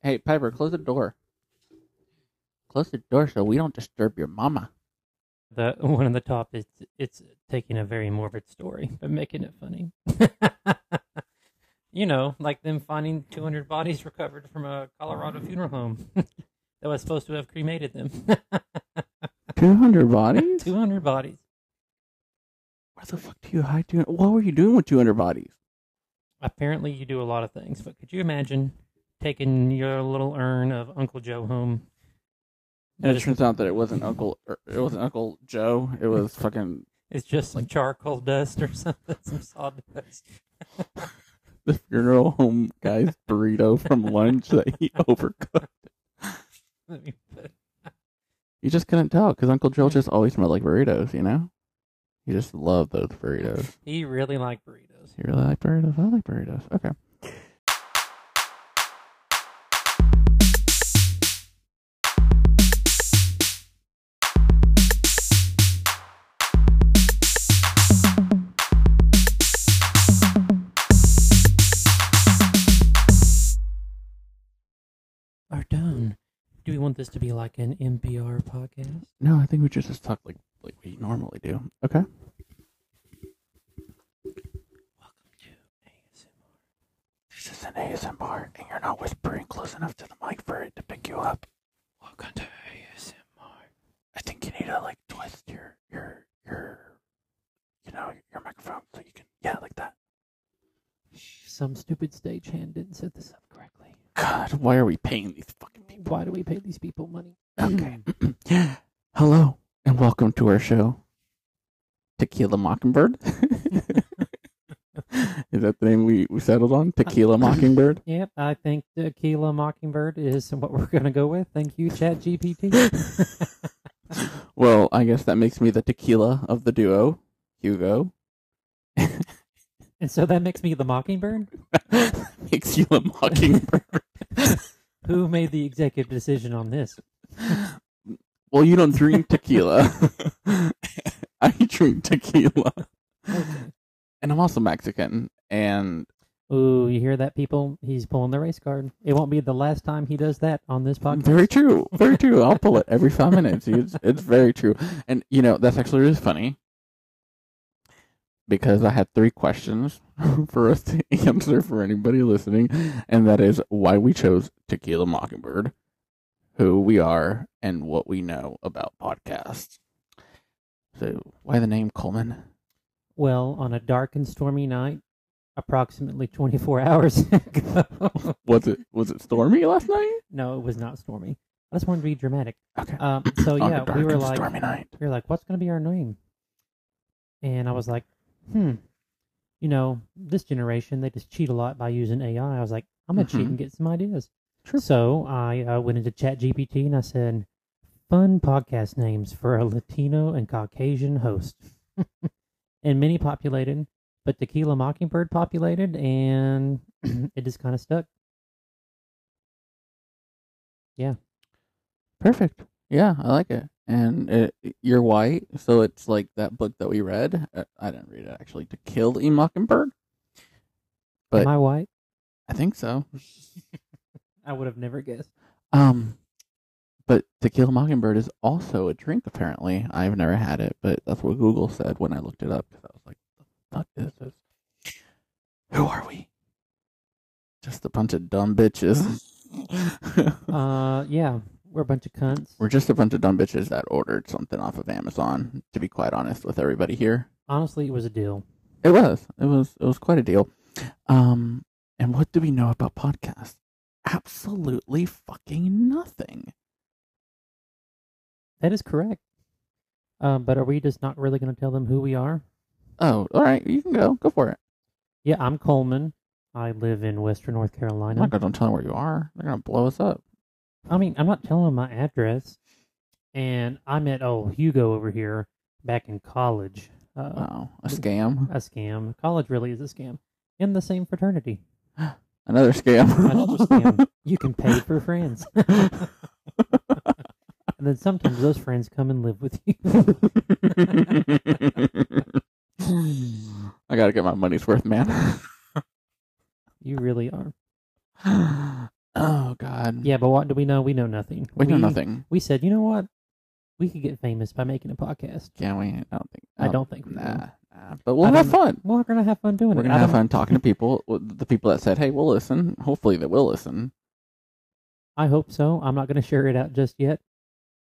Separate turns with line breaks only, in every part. Hey, Piper, close the door. Close the door so we don't disturb your mama.
The one on the top is it's taking a very morbid story but making it funny. you know, like them finding 200 bodies recovered from a Colorado funeral home that was supposed to have cremated them.
200 bodies?
200 bodies.
Where the fuck do you hide 200? What were you doing with 200 bodies?
Apparently, you do a lot of things, but could you imagine taking your little urn of Uncle Joe home?
And it
It's,
turns out that it wasn't Uncle, er, it wasn't Uncle Joe. It was fucking
it's just some charcoal dust or something, some sawdust.
the funeral home guy's burrito from lunch that he overcooked.
Let me put-
You just couldn't tell because Uncle Joe just always smelled like burritos, you know? He just loved those burritos.
He really liked burritos.
You really like burritos? I like burritos. Okay.
Are done. Do we want this to be like an NPR podcast?
No, I think we should just talk like like we normally do. Okay.
Welcome to
This is an ASMR, and you're not whispering close enough to the mic for it to pick you up.
Welcome to ASMR.
I think you need to like twist your your your you know your microphone so you can yeah like that.
Some stupid stagehand didn't set this up correctly.
God, why are we paying these fucking people?
Why do we pay these people money?
Okay. Hello and welcome to our show. Tequila Mockingbird. is that the name we, we settled on? Tequila Mockingbird.
Yep, I think Tequila Mockingbird is what we're going to go with. Thank you, ChatGPT.
Well, I guess that makes me the tequila of the duo, Hugo.
and so that makes me the Mockingbird?
makes you a mockingbird.
Who made the executive decision on this?
well, you don't drink tequila. I drink tequila. And I'm also Mexican. And
Ooh, you hear that, people? He's pulling the race card. It won't be the last time he does that on this podcast.
very true. Very true. I'll pull it every five minutes. It's, it's very true. And, you know, that's actually really funny because I had three questions for us to answer for anybody listening. And that is why we chose Tequila Mockingbird, who we are, and what we know about podcasts. So, why the name Coleman?
Well, on a dark and stormy night, approximately 24 hours ago.
Was it was it stormy last night?
no, it was not stormy. I just wanted to be dramatic.
Okay.
Um, so
On a
yeah,
dark
we were
and
like,
stormy night.
we were like, what's going to be our name? And I was like, hmm, you know, this generation they just cheat a lot by using AI. I was like, I'm gonna cheat
Mhm.
and get some ideas.
Sure.
So I uh, went into ChatGPT and I said, fun podcast names for a Latino and Caucasian host, and many populated, but Tequila Mockingbird populated, and it just kind of stuck.
Perfect. Yeah, I like it. And it, you're white, so it's like that book that we read. Uh, I didn't read it actually. To Kill a Mockingbird. But-
Am I white?
I think so.
I would have never guessed.
Um, but To Kill a Mockingbird is also a drink. Apparently, I've never had it, but that's what Google said when I looked it up. 'cause I was like, "What the fuck is this? Who are we? Just a bunch of dumb bitches."
Uh, yeah, we're a bunch of cunts.
We're just a bunch of dumb bitches that ordered something off of Amazon, to be quite honest with everybody here.
Honestly, it was a deal.
It was. It was it was quite a deal. Um and what do we know about podcasts? Absolutely fucking nothing.
That is correct. Um, but are we just not really going to tell them who we are?
Oh, all right, you can go. Go for it.
Yeah, I'm Coleman. I live in Western North
Oh
Carolina.
my god, don't tell them where you are. They're gonna blow us up.
I mean, I'm not telling them my address. And I met old Hugo over here back in college. Uh,
Wow. Oh, A scam.
A scam. College really is a scam. In the same fraternity.
Another scam.
Another scam. You can pay for friends. and then sometimes those friends come and live with you.
I gotta get my money's worth, man.
you really are.
Oh God.
Yeah, but what do we know? We know nothing.
We know nothing,
We said, you know what? We could get famous by making a podcast.
can we? I don't think. oh,
I don't think we
Nah,
will.
nah. But we'll
I
have
don't-
fun.
We're gonna have fun doing
We're
it.
gonna
I
have
don't-
fun talking to people. well, The people that said, "Hey, we'll listen." Hopefully, that will listen.
I hope so. I'm not gonna share it out just yet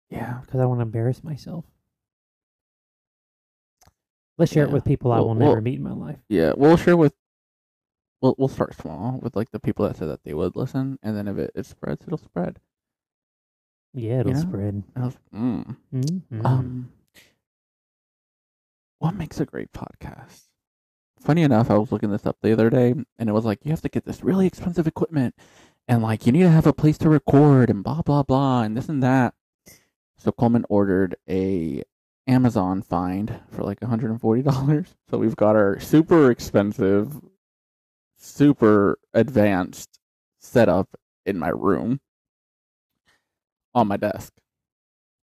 Yeah.
because I want to embarrass myself. Let's share it
Yeah.
with people I
Well-
will never
well-
meet in my life.
Yeah. We'll share with. We'll we'll start small with like the people that said that they would listen, and then if it, it spreads, it'll spread.
Yeah, it'll
know?
spread.
And I was, mm.
Mhm.
Um, what makes a great podcast? Funny enough, I was looking this up the other day, and it was like you have to get this really expensive equipment, and like you need to have a place to record, and blah blah blah, and this and that. So Coleman ordered a Amazon find for like one hundred and forty dollars. So we've got our super expensive, super advanced setup in my room, on my desk.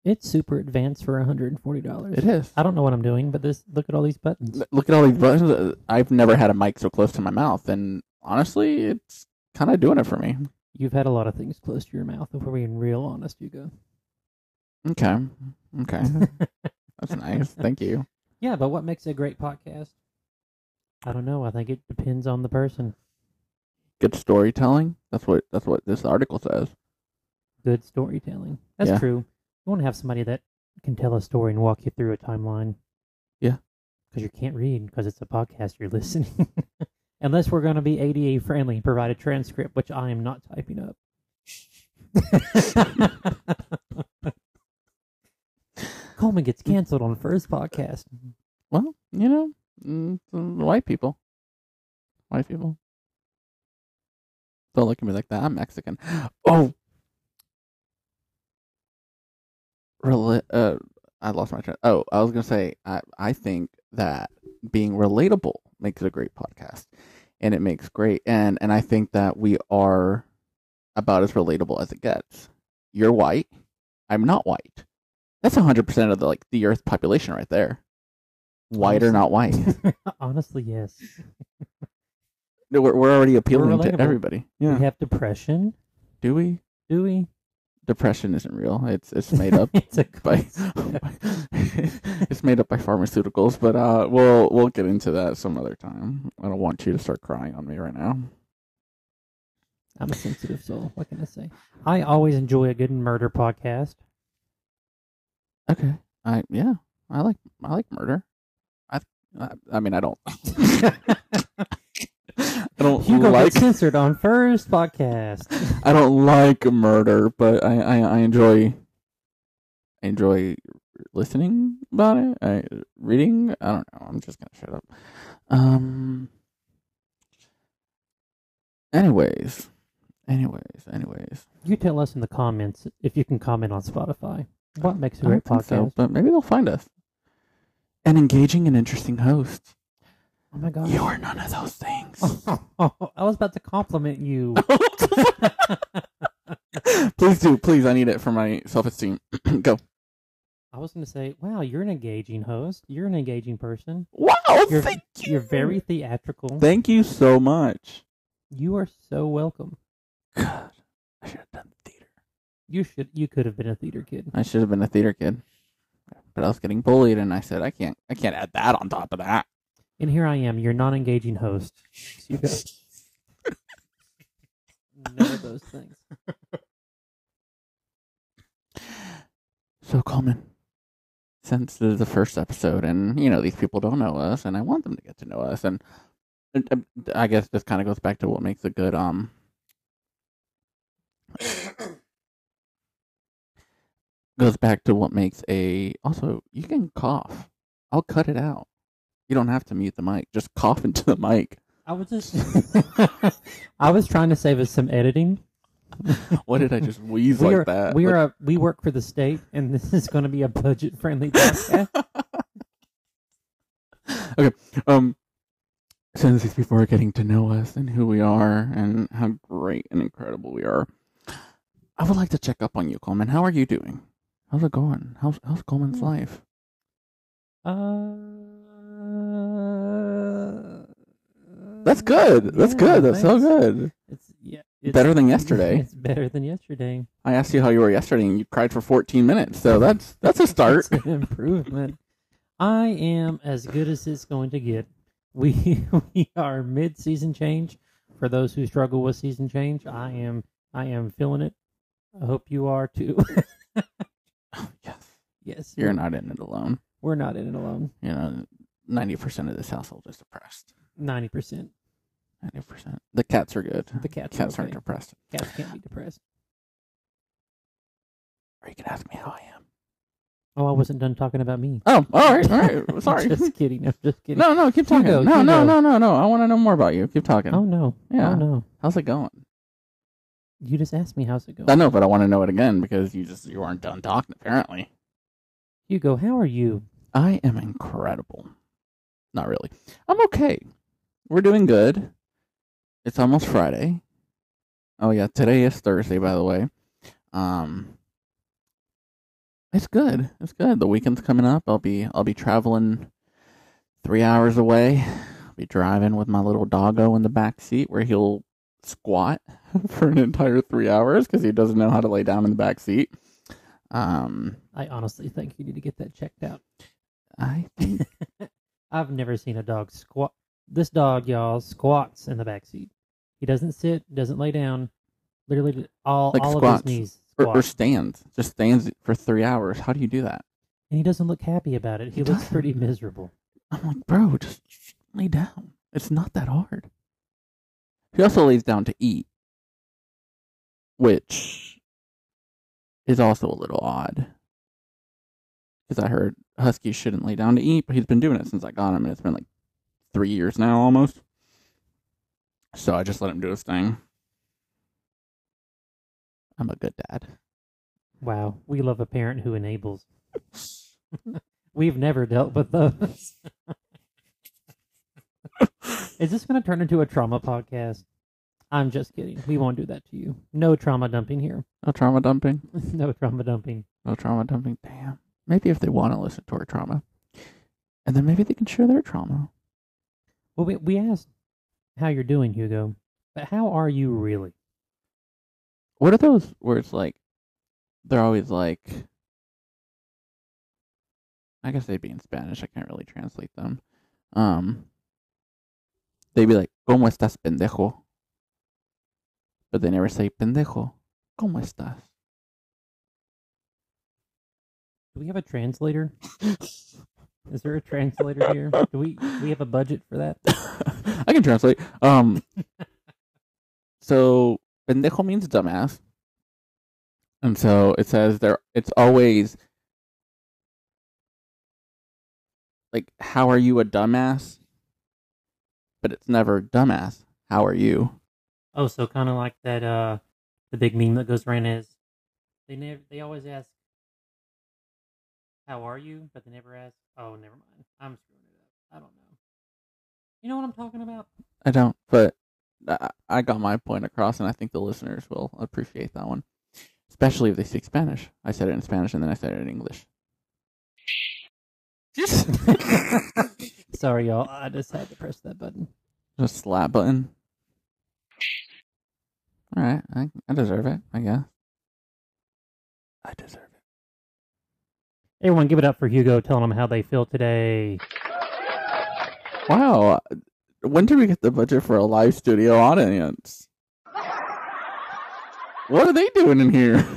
it's super advanced for 140 dollars.
It is.
I don't know what I'm doing, but this look at all these buttons.
L- look at all these buttons. Uh, I've never had a mic so close to my mouth, and honestly, it's kind of doing it for me.
You've had a lot of things close to your mouth. If we're being real honest, you go.
Okay, okay, that's nice. Thank you.
Yeah, but what makes a great podcast? I don't know. I think it depends on the person.
Good storytelling. That's what that's what this article says.
Good storytelling. That's
Yeah.
true. You want to have somebody that can tell a story and walk you through a timeline.
Yeah.
Because you can't read because it's a podcast you're listening. Unless we're going to be ADA friendly and provide a transcript, which I am not typing up. Coleman gets canceled on first podcast.
Well, you know, mm, mm, white people, white people. Don't look at me like that. I'm Mexican. Oh, Rel- uh, I lost my train. Oh, I was gonna say I I think that being relatable makes a great podcast, and it makes great and and I think that we are about as relatable as it gets. You're white. I'm not white. That's hundred percent of the like the Earth population right there. White or not white.
Honestly, yes.
No, we're, we're already appealing
relatable.
to everybody. Yeah.
We have depression.
Do we?
Do we?
Depression isn't real. It's it's made up
it's a
by it's made up by pharmaceuticals. But uh, we'll we'll get into that some other time. I don't want you to start crying on me right now.
I'm a sensitive soul. What can I say? I always enjoy a good murder podcast.
Okay. I yeah. I like I like murder. I I, I mean I don't. I don't
Hugo
like
gets censored on first podcast.
I don't like murder, but I, I, I enjoy I enjoy listening about it. I reading. I don't know. I'm just gonna shut up. Um. Anyways, anyways, anyways.
You tell us in the comments if you can comment on Spotify. What makes a
I
great
don't think
podcast?
so, but maybe they'll find us. An engaging and interesting host.
Oh my god!
You are none of those things.
I was about to compliment you.
please do, please. I need it for my self esteem. Go.
I was going to say, wow, you're an engaging host. You're an engaging person.
Wow,
You're-
thank you.
You're very theatrical.
Thank you so much.
You are so welcome.
God, I should have done theater.
You should. You could have been a theater kid.
I should have been a theater kid, but I was getting bullied, and I said, I can't, I can't add that on top of that.
And here I am, your non-engaging host. You got none of those things.
So Coleman, since this is the first episode, and you know these people don't know us, and I want them to get to know us, and and, um, I guess this kind of goes back to what makes a good um. goes back to what makes a also you can cough i'll cut it out you don't have to mute the mic just cough into the mic
I was just. I was trying to save us some editing.
What did I just wheeze
we
like
are,
that?
We
Like,
are. A, we work for the state, and this is going to be a budget-friendly podcast.
um, since these people are getting to know us and who we are and how great and incredible we are, I would like to check up on you, Coleman. How are you doing? How's it going? How's how's Coleman's
Hmm.
life?
uh,
That's good. That's
Yeah,
good. That's so
thanks.
good.
It's yeah, it's,
Better than yesterday.
It's better than yesterday.
I asked you how you were yesterday, and you cried for 14 minutes. So that's that's a start.
It's an improvement. I am as good as it's going to get. We we are mid season change. For those who struggle with season change, I am I am feeling it. I hope you are too.
yes,
yes.
you're not in it alone.
we're not in it alone.
You know, 90% of this household is depressed.
Ninety percent.
90%. The cats are good.
The cats,
cats
are
aren't
okay.
depressed.
cats can't be depressed.
Or you can ask me how I am.
Oh, I wasn't done talking about me.
Oh, all right, all right. Sorry.
just kidding. I'm just kidding.
No, no, keep talking.
go,
no,
you
no,
go.
no, no, no. I want to know more about you. Keep talking.
Oh no.
Yeah.
Oh no.
How's it going?
You just asked me how's it going.
I know, but I want to know it again because you just you aren't done talking. Apparently,
Hugo, how are you?
I am incredible. Not really. I'm okay. We're doing good. It's almost Friday. Oh yeah, today is Thursday, by the way. Um, it's good. It's good. The weekend's coming up. I'll be I'll be traveling three hours away. I'll be driving with my little doggo in the back seat where he'll squat for an entire three hours because he doesn't know how to lay down in the back seat. Um,
I honestly think you need to get that checked out.
I think
I've never seen a dog squat. This dog, y'all, squats in the back seat. He doesn't sit, doesn't lay down. Literally, d- all
Like
all
squats.
of his knees
or,
squat,
or stands, just stands for three hours. How do you do that?
and he doesn't look happy about it. He,
He
looks
doesn't.
pretty miserable.
I'm like, bro, just sh- lay down. It's not that hard. He also lays down to eat, which is also a little odd. Because I heard huskies shouldn't lay down to eat, but he's been doing it since I got him, and it's been like three years now almost. So I just let him do his thing. I'm a good dad.
Wow, we love a parent who enables. We've never dealt with those. Is this going to turn into a trauma podcast? I'm just kidding. We won't do that to you. No trauma dumping here.
No trauma dumping.
no trauma dumping.
No trauma dumping. Damn. Maybe if they want to listen to our trauma, and then maybe they can share their trauma.
Well, we, we asked how you're doing, Hugo, but how are you really?
What are those words like? They're always like. I guess they'd be in Spanish. I can't really translate them. Um. They'd be like, "Cómo estás, pendejo," but they never say "pendejo." ¿Cómo estás?
Do we have a translator? Is there a translator here? Do we do we have a budget for that?
I can translate. Um, so pendejo means dumbass, and so it says there. It's always like, "How are you a dumbass?" But it's never dumbass. How are you?
Oh, so kind of like that uh the big meme that goes around is they never they always ask how are you, but they never ask oh never mind. I'm screwing it up. I don't know. You know what I'm talking about?
I don't. But I, I got my point across, and I think the listeners will appreciate that one, especially if they speak Spanish. I said it in Spanish, and then I said it in English.
Sorry y'all, I just had to press that button.
The slap button. All right, I, I deserve it. I guess. I deserve it.
Everyone give it up for Hugo telling them how they feel today.
Wow, when did we get the budget for a live studio audience? What are they doing in here?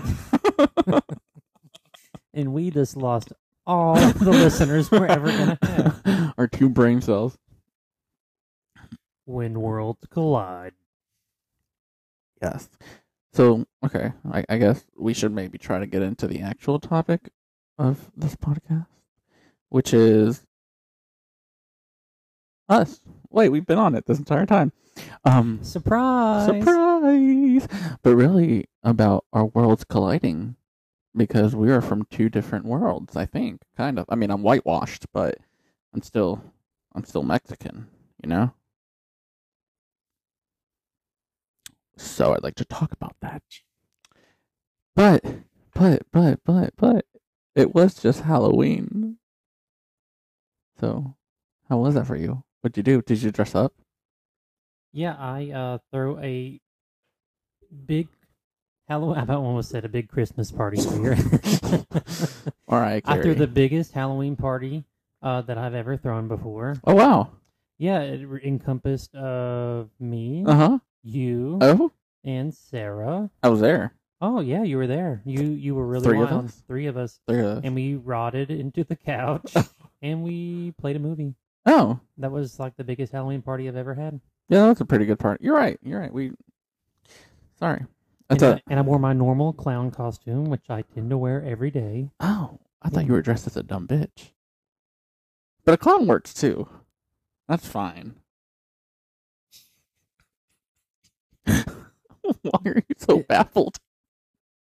and we just lost all the listeners we're ever gonna have
Our two brain cells.
when worlds collide.
Yes. So okay, I, I guess we should maybe try to get into the actual topic of this podcast, which is us. Wait, we've been on it this entire time. Um,
Surprise!
surprise! But really, about our worlds colliding because we are from two different worlds. I think, kind of. I mean, I'm whitewashed, but I'm still, I'm still Mexican. You know. So I'd like to talk about that. But, but, but, but, but, it was just Halloween. So, how was that for you? What'd you do? Did you dress up?
Yeah, I uh, throw a big Halloween. I about almost said a big Christmas party here.
All right,
I
Carrie.
threw the biggest Halloween party uh, that I've ever thrown before.
Oh wow.
Yeah, it re- encompassed uh, me,
Uh huh.
you,
Oh,
and Sarah.
I was there.
Oh yeah, you were there. You you were really
Three of
wild.
us?
Three of us,
There. it is.
and we rotted into the couch, and we played a movie.
Oh,
That was like the biggest Halloween party I've ever had.
yeah, that's a pretty good part. You're right. You're right. We. Sorry. That's
and,
a.
I, and I wore my normal clown costume, which I tend to wear every day.
Oh, I
Mm-hmm.
thought you were dressed as a dumb bitch. But a clown works too. That's fine. Why are you so
It-
baffled?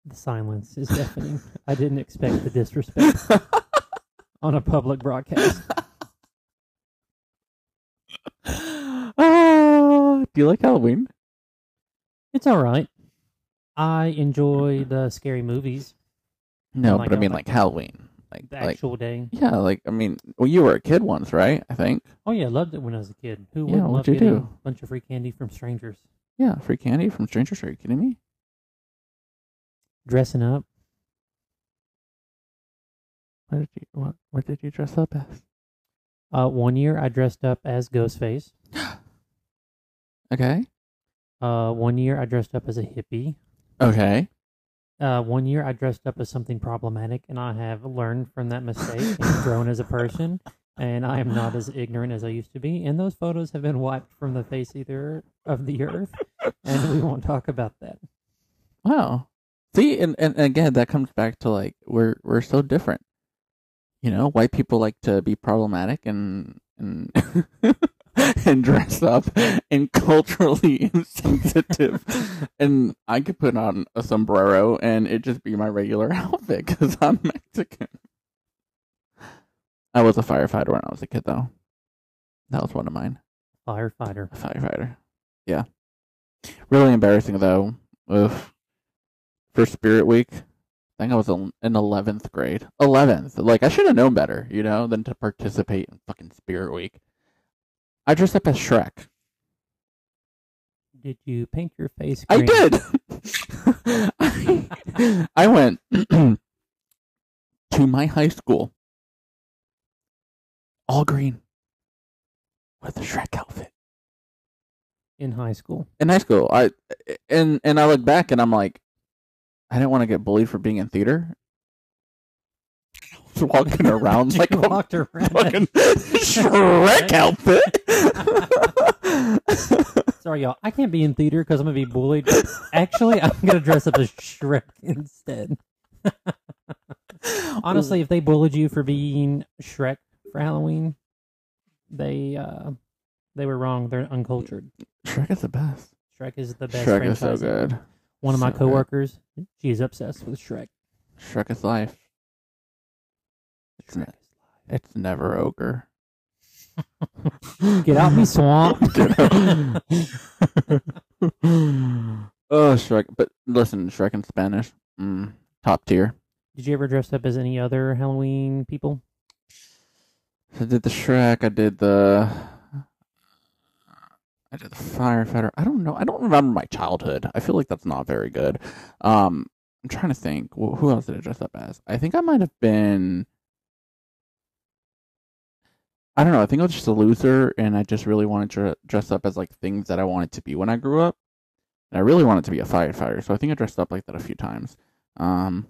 The silence is deafening. I didn't expect the disrespect on a public broadcast.
Ah, do you like Halloween?
It's all right. I enjoy the scary movies
No,
like
but I mean
Halloween.
like Halloween, like
the
like
actual day.
yeah, like I mean, well, you were a kid once, right? I think.
Oh yeah, I loved it when I was a kid. Who
Yeah,
wouldn't love
what'd you
getting
do?
a bunch of free candy from strangers?
Yeah, free candy from strangers. Are you kidding me?
Dressing up.
What did you what What did you dress up as?
Uh, one year I dressed up as Ghostface.
Okay.
Uh, one year I dressed up as a hippie.
Okay.
Uh, one year I dressed up as something problematic, and I have learned from that mistake and grown as a person. And I am not as ignorant as I used to be. And those photos have been wiped from the face either of the earth. And we won't talk about that.
Wow. See, and, and and again, that comes back to like we're we're so different. You know, white people like to be problematic and and and dress up and culturally insensitive, and I could put on a sombrero and it just be my regular outfit because I'm Mexican. I was a firefighter when I was a kid, though. That was one of mine.
Firefighter.
A firefighter. Yeah. Really embarrassing though. Oof. For Spirit Week, I think I was in in eleventh grade. Eleventh. Like I should have known better, you know, than to participate in fucking Spirit Week. I dressed up as Shrek.
Did you paint your face?
I
green?
did. I, I went to my high school, all green, with a Shrek outfit.
in high school.
in high school i and and i look back and i'm like i didn't want to get bullied for being in theater I was walking around
You
like a
walked around.
fucking shrek outfit
Sorry, y'all. I can't be in theater because I'm gonna be bullied. but Actually, I'm gonna dress up as Shrek instead. Honestly, if they bullied you for being Shrek for Halloween, they uh, they were wrong. They're uncultured.
shrek is the best
Shrek is the best.
shrek is
franchise
so good
One of my
So good.
coworkers, she is obsessed with Shrek.
shrek is life It's
Shrek
not-
is
it's never ogre
life. Get out me swamp.
Get out. oh shrek but listen shrek in spanish mm, top tier
Did you ever dress up as any other Halloween people?
I did the Shrek. I did the. I did the firefighter. I don't know. I don't remember my childhood. I feel like that's not very good. Um, I'm trying to think. Wh- Who else did I dress up as? I think I might have been. I don't know. I think I was just a loser, and I just really wanted to dress up as like things that I wanted to be when I grew up, and I really wanted to be a firefighter. So I think I dressed up like that a few times. Um,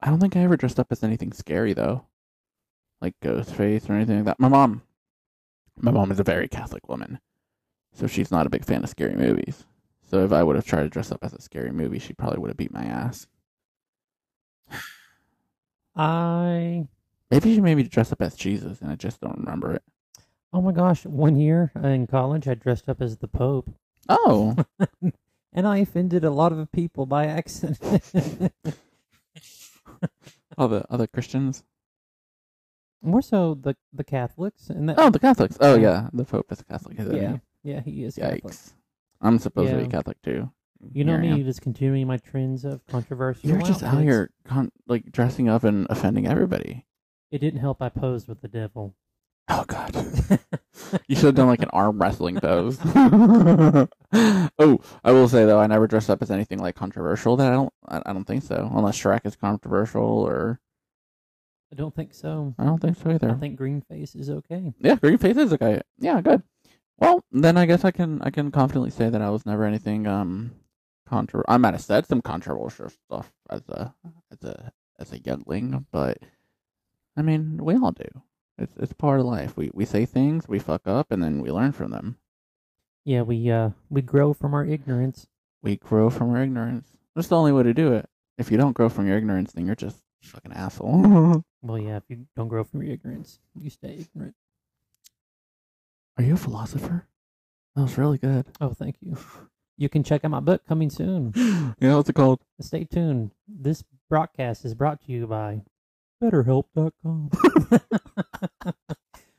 I don't think I ever dressed up as anything scary though like Ghostface or anything like that. My mom, my mom is a very Catholic woman, so she's not a big fan of scary movies. So if I would have tried to dress up as a scary movie, she probably would have beat my ass.
I
Maybe she made me dress up as Jesus, and I just don't remember it.
oh my gosh! One year in college, I dressed up as the Pope.
Oh,
and I offended a lot of people by accident.
all the other Christians.
More so the the Catholics and that.
Oh, the Catholics. Oh yeah, the Pope is Catholic. Isn't
yeah,
he?
yeah, he is Catholic.
Yikes. I'm supposed to
Yeah.
be Catholic too.
You know
Here I am.
me, just continuing my trends of controversial.
You're just out
outfits.
here con- like dressing up and offending everybody.
It didn't help. I posed with the devil.
Oh god. you should have done like an arm wrestling pose. oh, I will say though, I never dressed up as anything like controversial. That I don't, I, I don't think so. Unless Shrek is controversial, or
I don't think so.
I don't think so either.
I think green face is okay.
yeah, green face is okay. Yeah, good. Well, then I guess I can I can confidently say that I was never anything um contro. I might have said some controversial stuff as a as a as a youngling, but I mean we all do. It's it's part of life. We we say things, we fuck up, and then we learn from them.
Yeah, we uh we grow from our ignorance.
We grow from our ignorance. That's the only way to do it. If you don't grow from your ignorance, then you're just a fucking asshole.
Well, yeah, if you don't grow from your ignorance, you stay ignorant.
Are you a philosopher? That was really good.
Oh, thank you. You can check out my book coming soon.
yeah, what's it called?
Stay tuned. This broadcast is brought to you by BetterHelp.com.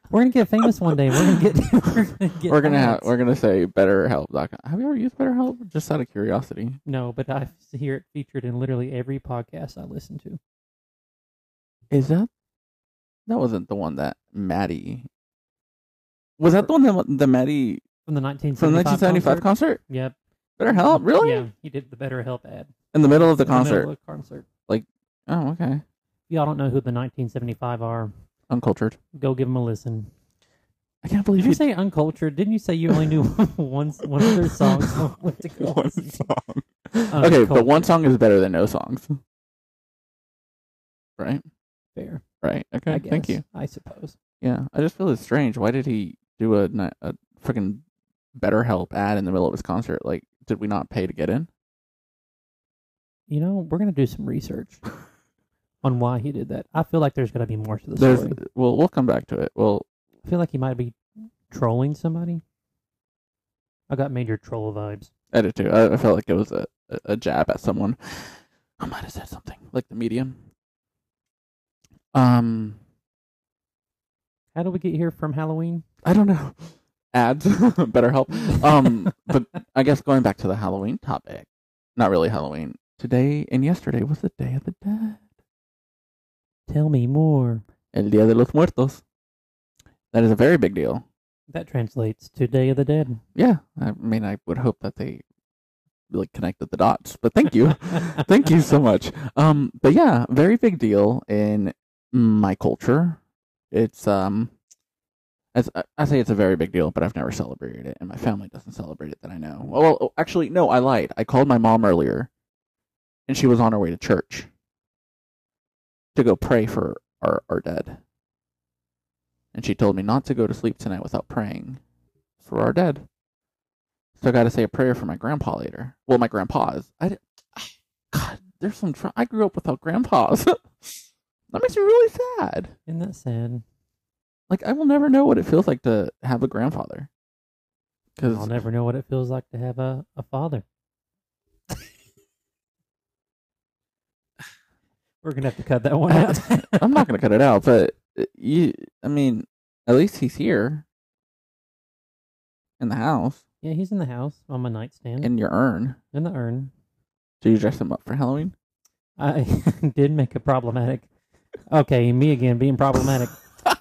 we're gonna get famous one day. We're gonna get. We're gonna, get
we're gonna have,
ads.
we're gonna say BetterHelp.com. Have you ever used BetterHelp? Just out of curiosity.
No, but I hear it featured in literally every podcast I listen to.
Is that that wasn't the one that Maddie was that the one that the Maddie
From the 1975.
from the 1975
concert?
concert?
Yep.
BetterHelp, really?
Yeah, he did the BetterHelp ad.
In the middle of the
in middle
concert.
of the concert.
oh, okay.
Y'all don't know who the 1975 are.
Uncultured.
Go give them a listen.
I can't believe
Did you
you
say uncultured? Didn't you say you only knew one one of their songs? on What's it called?
one song.
Oh,
okay, but one
Uncultured.
song is better than no songs. Right?
Fair.
Right. Okay.
I guess.
Thank you.
I suppose.
Yeah. I just feel it's strange. Why did he do a ni- a freaking BetterHelp ad in the middle of his concert? Like, did we not pay to get in?
You know, we're gonna do some research on why he did that. I feel like there's gonna be more to the
There's
story.
well, we'll come back to it. Well,
I feel like he might be trolling somebody. I got major troll vibes.
edit too. I, I felt like it was a, a, a jab at someone. I might have said something like the medium. Um,
How do we get here from Halloween?
I don't know. Ads, BetterHelp. Um, but I guess going back to the Halloween topic, not really Halloween. Today and yesterday was the Day of the Dead.
Tell me more.
El Dia de los Muertos. That is a very big deal.
That translates to Day of the Dead.
Yeah, I mean, I would hope that they like connected the dots. But thank you, thank you so much. Um, but yeah, very big deal in my culture. It's um, as I- I say, it's a very big deal, but I've never celebrated it, and my family doesn't celebrate it that I know. Well, oh, actually, no, I lied. I called my mom earlier, and she was on her way to church to go pray for our our dead, and she told me not to go to sleep tonight without praying for our dead. So I got to say a prayer for my grandpa later. Well, my grandpa's. I di- God, there's some. Tra- I grew up without grandpas. that makes me really sad.
Isn't that sad?
Like I will never know what it feels like to have a grandfather.
I'll
Because
never know what it feels like to have a, a father. We're gonna have to cut that one out.
I'm not gonna cut it out, but uh, you. I mean, at least he's here in the house
yeah, he's in the house on my nightstand
in your urn.
in the urn.
Do you dress him up for Halloween?
I did make a problematic. Okay, me again being problematic.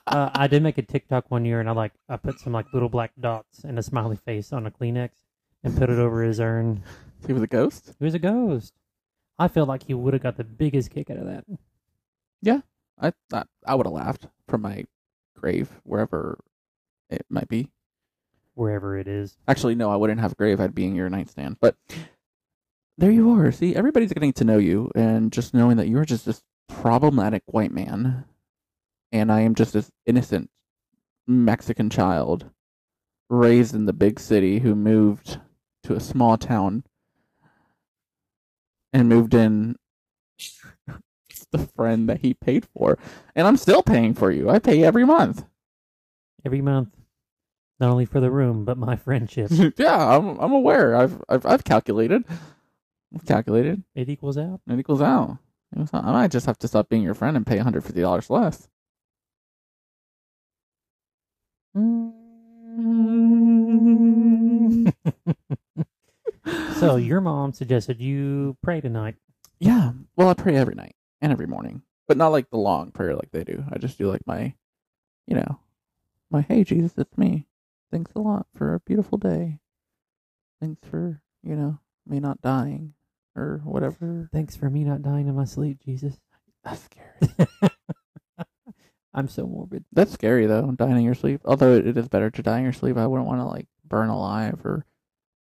uh, I did make a TikTok one year, and I like I put some like little black dots and a smiley face on a Kleenex and put it over his urn.
He was a ghost.
He was a ghost. I feel like he would have got the biggest kick out of that.
I I, I would have laughed from my grave, wherever it might be.
Wherever it is,
Actually, no, I wouldn't have a grave. I'd be in your nightstand. But there you are. See, everybody's getting to know you, and just knowing that you're just this problematic white man, and I am just this innocent Mexican child raised in the big city who moved to a small town and moved in with the friend that he paid for. And I'm still paying for you. I pay every month.
every month, not only for the room but my friendship,
yeah, I'm I'm aware. I've I've I've calculated. I've calculated.
it equals out.
It equals out. It equals out. I might just have to stop being your friend and pay hundred fifty dollars less.
so your mom suggested you pray tonight.
Yeah. Well, I pray every night and every morning, but not like the long prayer like they do. I just do like my, you know, my hey Jesus, it's me. Thanks a lot for a beautiful day. Thanks for you know me not dying or whatever.
Thanks for me not dying in my sleep, Jesus.
That's scary.
I'm so morbid.
That's scary though, dying in your sleep. Although it is better to die in your sleep. I wouldn't want to like burn alive or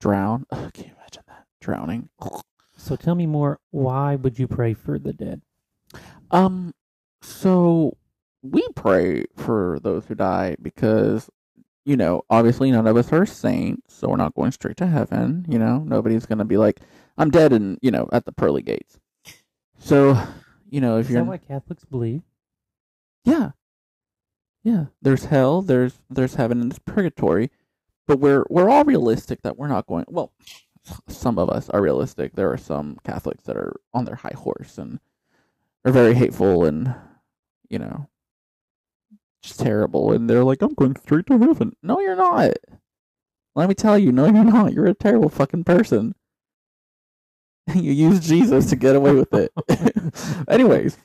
drown. Ugh, can you imagine that? Drowning.
So tell me more. Why would you pray for the dead?
Um so we pray for those who die because you know, obviously none of us are saints, so we're not going straight to heaven, you know. Nobody's going to be like I'm dead and, you know, at the pearly gates. So, you know, if
Is
you're
that why Catholics believe?
Yeah. Yeah. There's hell, there's there's heaven and there's purgatory. But we're we're all realistic that we're not going well some of us are realistic. There are some Catholics that are on their high horse and are very hateful and you know just terrible and they're like, I'm going straight to heaven. No you're not. Let me tell you, no you're not. You're a terrible fucking person. you use Jesus to get away with it. Anyways,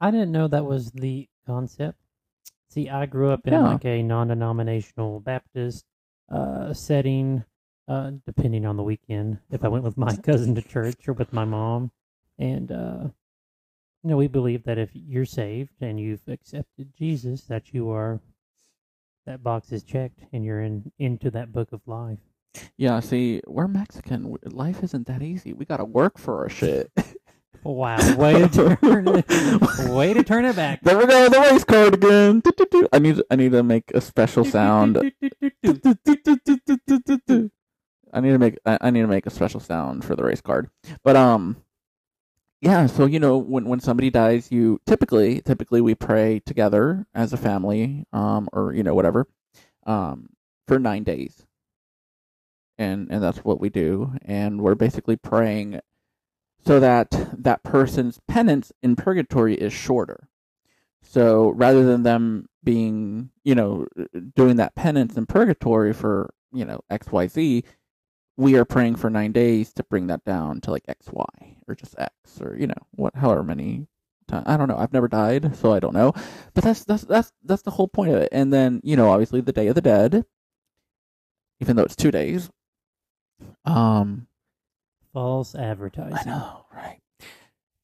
I didn't know that was the concept. See, I grew up in
Yeah.
like a non-denominational Baptist uh, setting, uh, depending on the weekend. If I went with my cousin to church or with my mom, and uh, you know, we believe that if you're saved and you've accepted Jesus, that you are that box is checked and you're in into that book of life.
Yeah, see, we're Mexican. W- Life isn't that easy. We gotta work for our shit.
Wow, way to turn it, way to turn it back.
there we go, the race card again. Do, do, do. I need I need to make a special sound. Do, do, do, do, do, do, do, do, do. I need to make I, I need to make a special sound for the race card. But um yeah, so you know when when somebody dies, you typically typically we pray together as a family um or you know whatever um for 9 days. And and that's what we do and we're basically praying so that that person's penance in purgatory is shorter. So rather than them being, you know, doing that penance in purgatory for, you know, XYZ, we are praying for nine days to bring that down to like XY or just X or, you know, what, however many times. I don't know. I've never died, so I don't know. But that's, that's, that's, that's the whole point of it. And then, you know, obviously the Day of the Dead, even though it's two days. Um,
False
I
advertising.
know, right?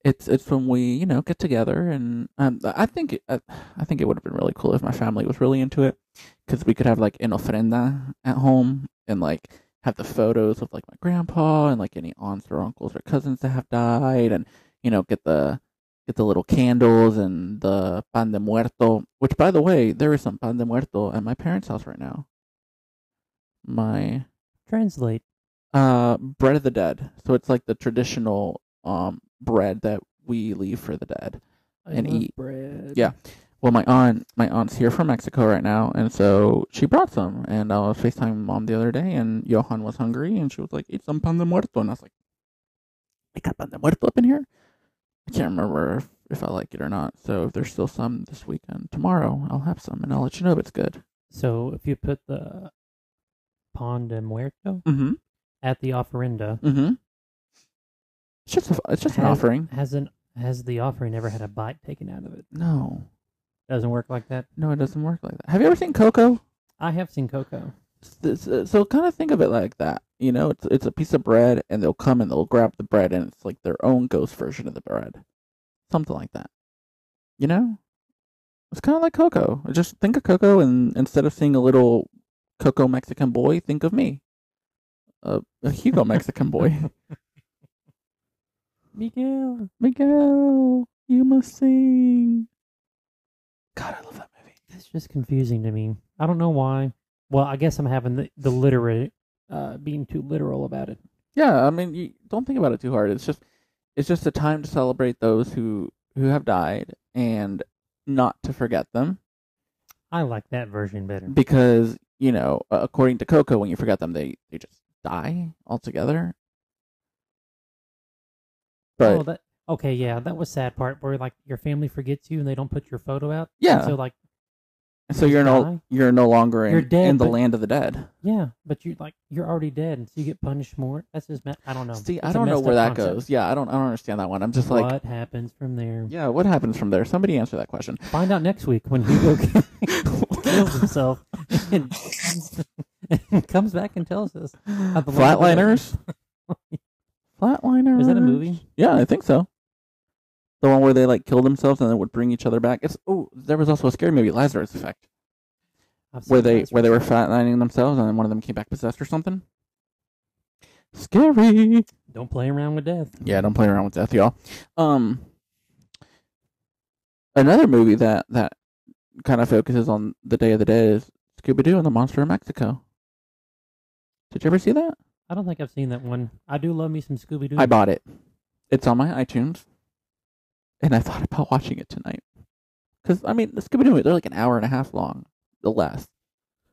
It's it's when we you know get together, and um, I think it, I, I think it would have been really cool if my family was really into it, because we could have like an ofrenda at home, and like have the photos of like my grandpa and like any aunts or uncles or cousins that have died, and you know get the get the little candles and the pan de muerto. Which, by the way, there is some pan de muerto at my parents' house right now. My
Translate.
uh, bread of the dead. So it's like the traditional um bread that we leave for the dead.
I
and
love
eat.
bread.
Yeah. Well, my aunt, my aunt's here from Mexico right now, and so she brought some. And I was Facetime mom the other day, and Johan was hungry, and she was like, "Eat some pan de muerto," and I was like, "They got pan de muerto up in here." I can't remember if, if I like it or not. So if there's still some this weekend, tomorrow I'll have some, and I'll let you know if it's good.
So if you put the pan de muerto
Mm-hmm.
at the offerenda,
Mm-hmm. It's just a, it's just an
Has-
offering.
has an has the offering ever had a bite taken out of it?
No,
Doesn't work like that.
no, it doesn't work like that. Have you ever seen Coco?
I have seen cocoa.
so, so kind of think of it like that. You know, it's it's a piece of bread, and they'll come and they'll grab the bread, and it's like their own ghost version of the bread, something like that. You know, it's kind of like Coco. Just think of Coco, and instead of seeing a little Coco Mexican boy, think of me, a, a Hugo Mexican boy.
Miguel.
Miguel, you must sing. God, I love that movie.
That's just confusing to me. I don't know why. Well, I guess I'm having the, the literate uh being too literal about it.
Yeah, I mean, you don't think about it too hard. It's just it's just a time to celebrate those who who have died and not to forget them
I like that version better.
because, you know, uh, according to Coco, when you forget them, they they just die altogether. But
oh, that okay, yeah, that was sad part where like your family forgets you and they don't put your photo out.
yeah,
So
so,
like
you're
die?
no you're no longer in,
You're dead,
in the
but-
land of the dead.
Yeah, but you like you're already dead, and so you get punished more. That's just me- I don't know.
See, I
It's a
don't know
messed
where that
up concept.
goes. Yeah, I don't I don't understand that one. I'm just like,
what happens from there?
yeah, what happens from there? Somebody answer that question.
Find out next week when Hugo. kills himself and, and comes back and tells us. I believe it.
Flatliners. Flatliners.
Is that a movie?
Yeah, I think so. The one where they like kill themselves and then would bring each other back. It's oh, there was also a scary movie, Lazarus Effect,
I've seen
where they
this
where they were
recently.
flatlining themselves and then one of them came back possessed or something. Scary.
Don't play around with death.
Yeah, don't play around with death, y'all. Um, another movie that that kind of focuses on the Day of the Dead is Scooby Doo and the Monster of Mexico. Did you ever see that?
I don't think I've seen that one. I do love me some Scooby Doo.
I bought it. It's on my iTunes, and I thought about watching it tonight. Cause I mean, the Scooby Doo they're like an hour and a half long, the less.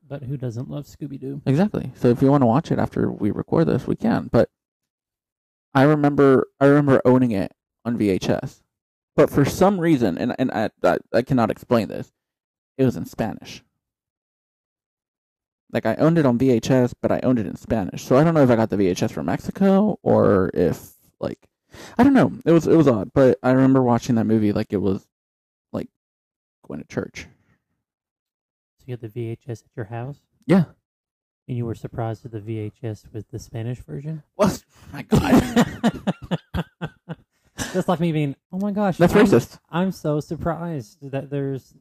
But who doesn't love Scooby Doo?
Exactly. So if you want to watch it after we record this, we can. But I remember I remember owning it on VHS. But for some reason, and and I I, I cannot explain this, it was in Spanish. Like I owned it on VHS, but I owned it in Spanish. So I don't know if I got the VHS from Mexico or if like I don't know. It was it was odd, but I remember watching that movie like it was like going to church.
So you had the VHS at your house,
Yeah.
and you were surprised at the VHS with the Spanish version.
Well, my
That's like me being, oh my gosh,
That's
I'm,
racist.
I'm so surprised that there's,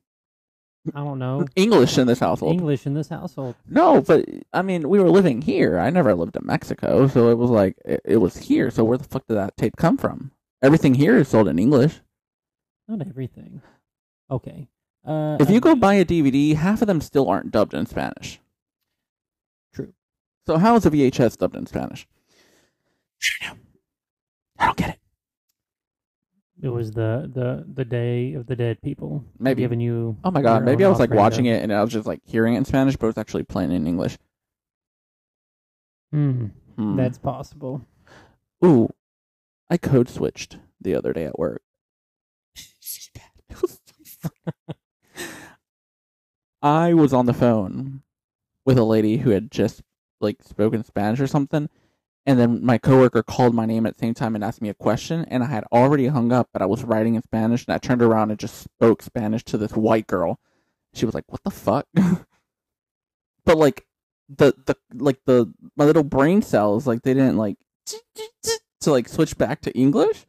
I don't know,
English in this household.
English in this household.
No, but I mean, we were living here. I never lived in Mexico, so it was like it, it was here. So where the fuck did that tape come from? Everything here is sold in English.
Not everything. Okay. Uh,
If you
um,
go buy a DVD, half of them still aren't dubbed in Spanish.
True.
So how is a VHS dubbed in Spanish? I don't know. I don't get it.
it was the the the Day of the Dead people
Maybe.
giving you.
Oh my god,
your
maybe I
own
was like
Alfredo.
watching it and I was just like hearing it in Spanish, but it was actually playing in English.
Mm,
Hmm.
That's possible.
Ooh, I code switched the other day at work. I was on the phone with a lady who had just like spoken Spanish or something, and then my coworker called my name at the same time and asked me a question, and I had already hung up, but I was writing in Spanish, and I turned around and just spoke Spanish to this white girl. She was like, "What the fuck?" but like the the like the my little brain cells like they didn't like to like switch back to English.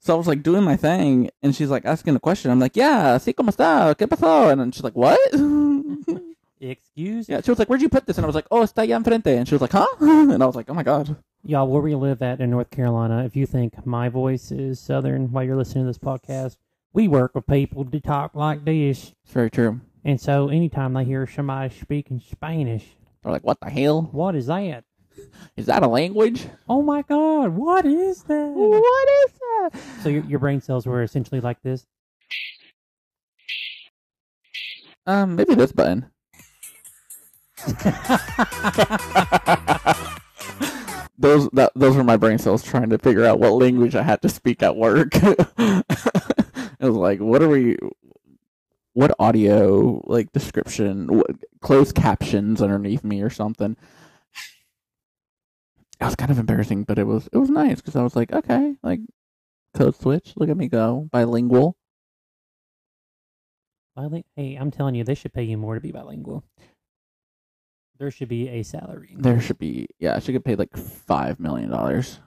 So I was like doing my thing, and she's like asking a question. I'm like, "Yeah, sí, cómo está? ¿Qué pasó?" And then she's like, "What?"
Excuse
yeah, she was like, "Where'd you put this?" And I was like, "Oh, está allá enfrente." And she was like, "Huh?" And I was like, "Oh my god."
y'all where we live at in North Carolina. If you think my voice is Southern while you're listening to this podcast, we work with people to talk like this,
It's very true.
and so anytime they hear somebody speaking Spanish,
They're like, "What the hell?
what is that?
Is that a language?
Oh my God, what is that?
What is that?"
So your your brain cells were essentially like this.
Um, maybe this button. those that those were my brain cells trying to figure out what language I had to speak at work. it was like, what are we? What audio like description? What closed captions underneath me or something? It was kind of embarrassing, but it was it was nice because I was like, okay, like code switch. Look at me go bilingual.
Biling- hey, I'm telling you, they should pay you more to be bilingual. There should be a salary.
There should be yeah, I should get paid like five million dollars.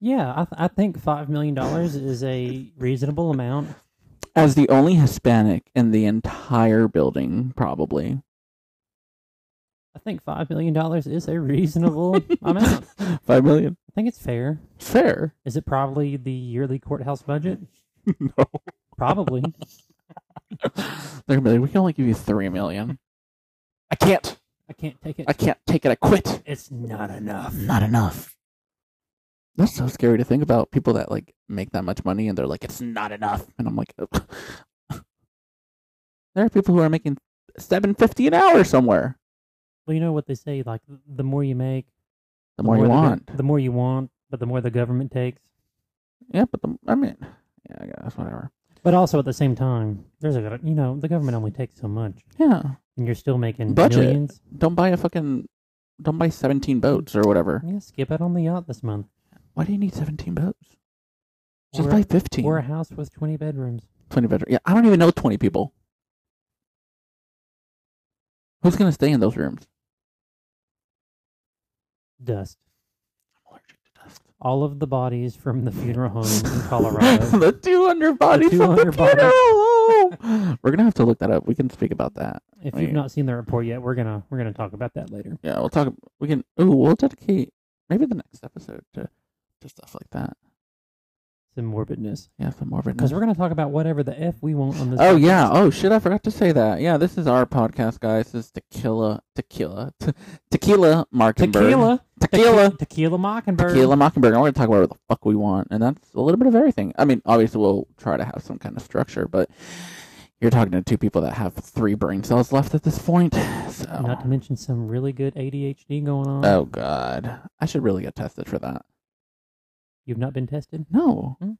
Yeah, I, th- I think five million dollars is a reasonable amount.
As the only Hispanic in the entire building, probably.
I think five million dollars is a reasonable amount.
Five million.
I think it's fair.
Fair.
Is it probably the yearly courthouse budget?
no.
Probably.
They're gonna be like, we can only give you three million. I can't.
I can't take it.
I can't take it. I quit.
It's not enough.
Not enough. That's so scary to think about. People that like make that much money and they're like, it's not enough. And I'm like, there are people who are making seven fifty an hour somewhere.
Well, you know what they say: like the more you make,
The more, you
the gov-
want.
the more you want, but the more the government takes.
Yeah, but the I mean, yeah, I guess whatever.
But also at the same time, there's a gov- you know the government only takes so much,
Yeah,
and you're still making
Budget.
millions.
don't buy a fucking, don't buy seventeen boats or whatever.
Yeah, skip out on the yacht this month.
Why do you need seventeen boats? Just
Or-
buy fifteen.
Or a house with twenty bedrooms.
Twenty bedroom. Yeah, I don't even know twenty people. Who's gonna stay in those rooms?
Dust.
I'm allergic to dust.
All of the bodies from the funeral home in Colorado.
the 200 bodies from the
200 bodies.
funeral home. We're gonna have to look that up. We can speak about that.
if
Wait.
you've not seen the report yet, we're gonna we're gonna talk about that later.
Yeah, we'll talk. We can. Ooh, we'll dedicate maybe the next episode to to stuff like that.
Some morbidness
Yeah, some more of it.
because we're gonna talk about whatever the f we want on this.
Mm. Oh
podcast.
yeah. Oh shit! I forgot to say that. Yeah, this is our podcast, guys. This is tequila, tequila, te- tequila, Mockingbird,
tequila,
tequila,
Tequi- tequila Mockingbird.
tequila, Mockingbird. And we're gonna talk about what the fuck we want, and that's a little bit of everything. I mean, obviously, we'll try to have some kind of structure, but you're talking to two people that have three brain cells left at this point. So,
Not to mention some really good ADHD going on.
oh god, I should really get tested for that.
You've not been tested?
No,
Hmm.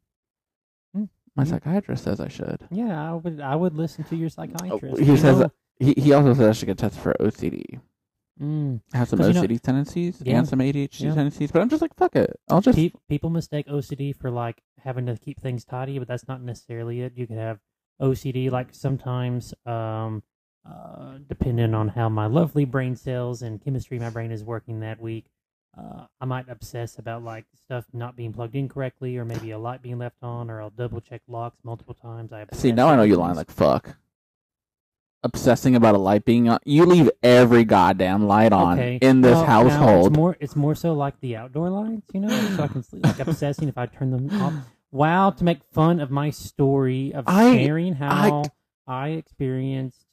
Hmm.
my
Hmm.
psychiatrist says I should.
Yeah, I would. I would listen to your psychiatrist.
Oh, he
You
says- uh,
know-
He he also said I should get tested for OCD.
Mm.
I have some
'Cause you know-
OCD tendencies
Yeah.
and some ADHD
Yeah.
tendencies, but I'm just like, fuck it. I'll just.
Pe- people mistake OCD for like having to keep things tidy, but that's not necessarily it. You can have OCD like sometimes, um, uh, depending on how my lovely brain cells and chemistry my brain is working that week. Uh, I might obsess about like stuff not being plugged in correctly, or maybe a light being left on, or I'll double check locks multiple times. I
see,
obsess
now I know
over
you're lying
things.
like fuck. Obsessing about a light being on. You leave every goddamn light on
Okay.
in this
No, no,
household.
it's more it's more so like the outdoor lights, you know, so I can sleep like obsessing if I turn them off. Wow, to make fun of my story of
I-
sharing how I, experienced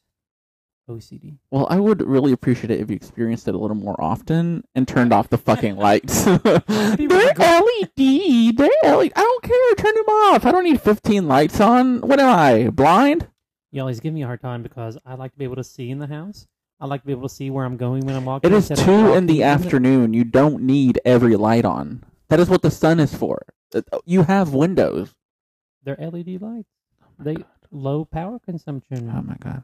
OCD.
well, I would really appreciate it if you experienced it a little more often and turned off the fucking lights. E they're
be really
LED. They're LED. E I don't care. Turn them off. I don't need 15 lights on. What am I? Blind?
You always give me a hard time because I like to be able to see in the house. I like to be able to see where I'm going when I'm walking.
It is
instead of
two in
walking
the afternoon. You don't need every light on. That is what the sun is for. Uh, You have windows.
They're LED lights. They low power consumption.
Oh my god.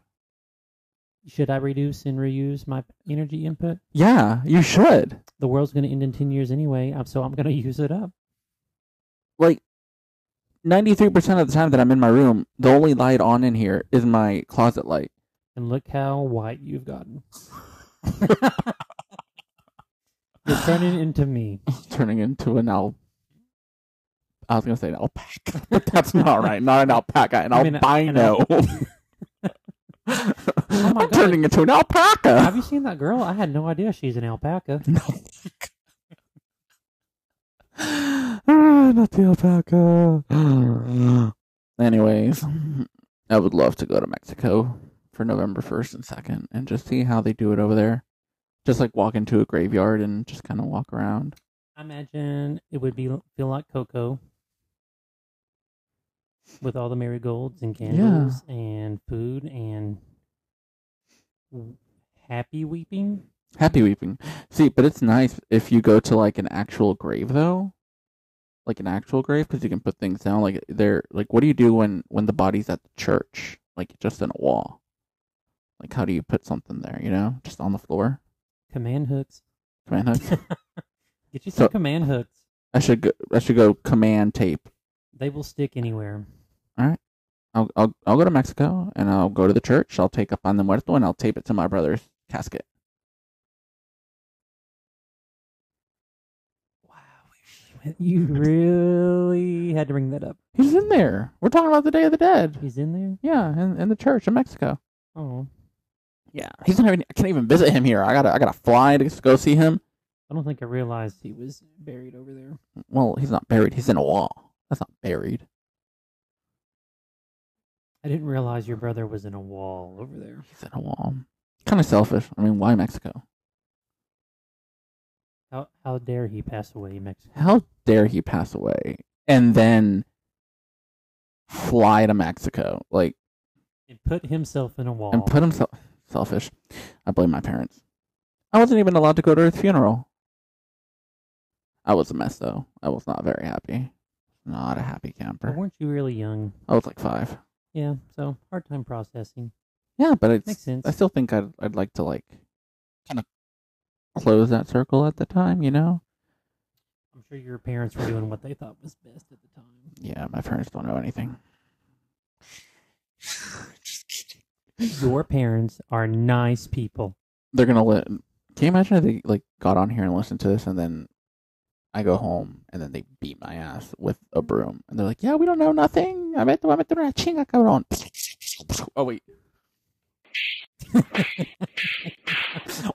Should I reduce and reuse my energy input?
Yeah, you should.
The world's going to end in ten years anyway, um, so I'm going to use it up.
Like ninety-three percent of the time that I'm in my room, the only light on in here is my closet light.
and look how white you've gotten. You're turning into me.
Turning into an al. I was gonna say an alpaca, but that's not right. Not an alpaca, an
I mean, an
albino. I'm
Oh God.
turning into an alpaca.
Have you seen that girl? I had no idea she's an alpaca.
No. ah, not the alpaca. Anyways, I would love to go to Mexico for November 1st and 2nd and just see how they do it over there. Just like walk into a graveyard and just kind of walk around.
I imagine it would be feel like Coco with all the marigolds and candles and food and happy weeping.
Happy weeping. See, but it's nice if you go to like an actual grave though. Like an actual grave because you can put things down like they're like what do you do when when the body's at the church? Like just in a wall. Like how do you put something there, you know? Just on the floor.
Command hooks.
Command hooks.
Get you some
So-
command hooks.
I should go I should go command tape.
They will stick anywhere.
I'll I'll I'll go to Mexico and I'll go to the church. I'll take up on the muerto and I'll tape it to my brother's casket.
Wow. You really had to bring that up.
He's in there. We're talking about the Day of the Dead.
He's in there?
Yeah, in, in the church in Mexico.
Oh.
Yeah, he's not even. I can't even visit him here. I gotta. I gotta fly to go see him.
I don't think I realized he was buried over there.
Well, he's not buried. He's in a wall. That's not buried.
I didn't realize your brother was in a wall over there.
He's in a wall. Kind of selfish. I mean, why Mexico?
How how dare he pass away in Mexico?
How dare he pass away and then fly to Mexico? Like
And put himself in a wall.
and put himself selfish. I blame my parents. I wasn't even allowed to go to his funeral. I was a mess though. I was not very happy. Not a happy
But
camper.
weren't you really young?
I was like five.
Yeah, so hard time processing.
Yeah, but it's
Makes sense.
I still think I'd I'd like to like kind of close that circle at the time, you know?
I'm sure your parents were doing what they thought was best at the time.
Yeah, my parents don't know anything.
Your parents are nice people.
They're gonna let. Can you imagine if they like got on here and listened to this, and then I go home, and then they beat my ass with a broom, and they're like, "Yeah, we don't know nothing." I bet I bet they're not chinga cabrón. Oh wait.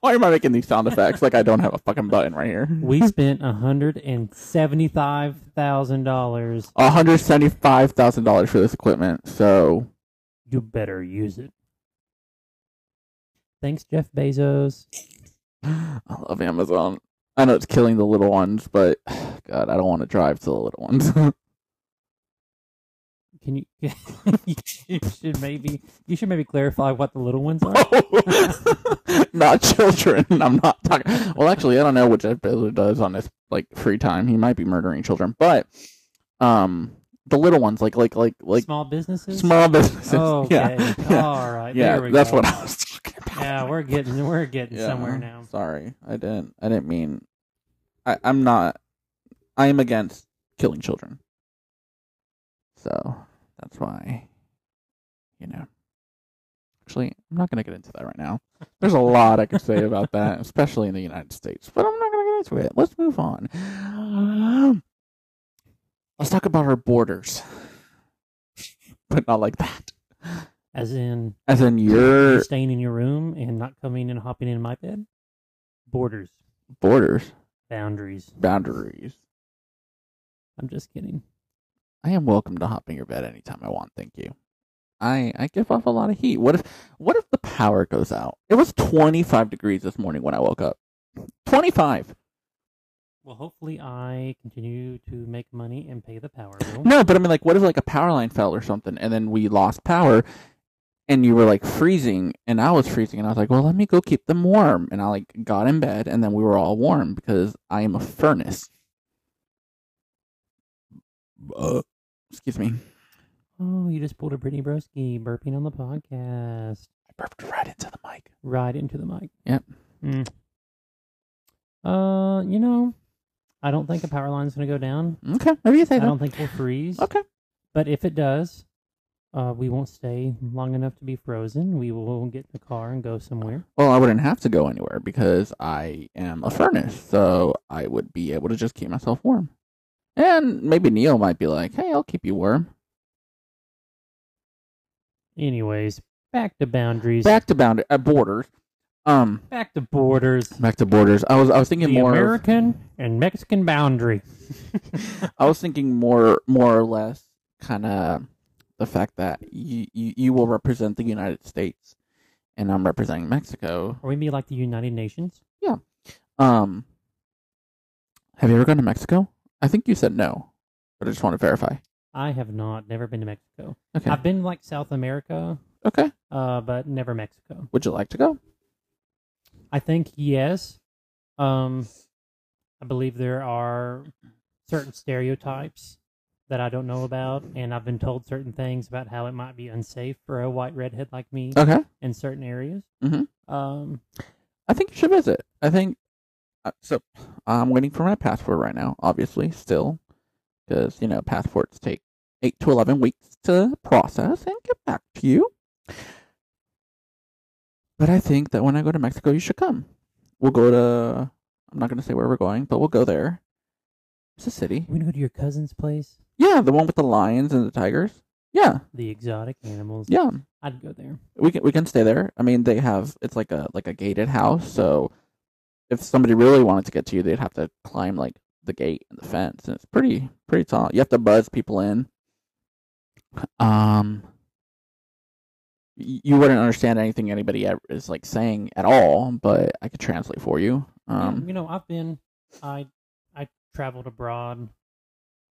Why am I making these sound effects like I don't have a fucking button right here?
We spent hundred and seventy-five thousand dollars.
$175,000 for this equipment. So,
You better use it. Thanks, Jeff Bezos.
I love Amazon. I know it's killing the little ones, but God, I don't want to drive to the little ones.
Can you? you should maybe you should maybe clarify what the little ones
Oh,
are.
not children. I'm not talking. Well, actually, I don't know what Jeff Bezos does on his like free time. He might be murdering children, but um, the little ones, like like like like
Small businesses.
small businesses.
Oh, okay.
Yeah, yeah,
All right.
yeah
there we
that's
go.
what I was talking about.
Yeah, we're getting we're getting
Yeah, uh-huh.
somewhere now.
Sorry, I didn't. I didn't mean. I, I'm not. I am against killing children. So that's why, you know. Actually, I'm not going to get into that right now. There's a lot I could say about that, especially in the United States. But I'm not going to get into it. Let's move on. Let's talk about our borders, but not like that.
As in
As in
you
your
staying in your room and not coming and hopping in my bed. Borders,
borders,
boundaries.
boundaries.
I'm just kidding.
I am welcome to hop in your bed anytime I want. Thank you. I I give off a lot of heat. What if what if the power goes out? It was 25 degrees this morning when I woke up. 25.
Well, hopefully I continue to make money and pay the power bill.
No, but I mean like what if like a power line fell or something and then we lost power and you were like freezing and I was freezing and I was like, "Well, let me go keep them warm." And I like got in bed and then we were all warm because I am a furnace. Uh, excuse me.
Oh, you just pulled a Brittany Broski burping on the podcast.
I burped right into the mic.
Right into the mic.
Yep.
Mm. Uh, you know, I don't think a power line's gonna go down.
Okay. Maybe you say
I
that.
don't think we'll freeze.
Okay.
But if it does, uh, we won't stay long enough to be frozen. We will get in the car and go somewhere.
Well, I wouldn't have to go anywhere because I am a furnace, so I would be able to just keep myself warm. And maybe Neil might be like, "Hey, I'll keep you warm."
Anyways, back to boundaries.
Back to bound uh, borders. Um,
back to borders.
back to borders. I was I was
The
thinking more. of-
American and Mexican boundary.
I was thinking more more or less kind of the fact that you, you you will represent the United States, and I'm representing Mexico.
Or we be like the United Nations.
Um, have you ever gone to Mexico? I think you said no, but I just want to verify.
I have not, never been to Mexico.
Okay.
I've been like South America,
okay.
uh, but never Mexico.
Would you like to go?
I think yes. Um, I believe there are certain stereotypes that I don't know about, and I've been told certain things about how it might be unsafe for a white redhead like me
Okay.
in certain areas.
Mhm.
Um,
I think you should visit. I think uh, so. I'm waiting for my passport right now, obviously, still, because you know passports take eight to eleven weeks to process and get back to you. But I think that when I go to Mexico, you should come. We'll go to. I'm not going to say where we're going, but we'll go there. It's a city.
we go to your cousin's place,
Yeah, the one with the lions and the tigers. Yeah,
the exotic animals.
yeah.
I'd go there.
we can we can stay there. I mean, they have it's like a like a gated house, so if somebody really wanted to get to you, they'd have to climb like the gate and the fence, and it's pretty pretty tall. You have to buzz people in. Um, y- you wouldn't understand anything anybody ever is like saying at all, but I could translate for you.
Yeah,
Um,
you know, I've been, I, I traveled abroad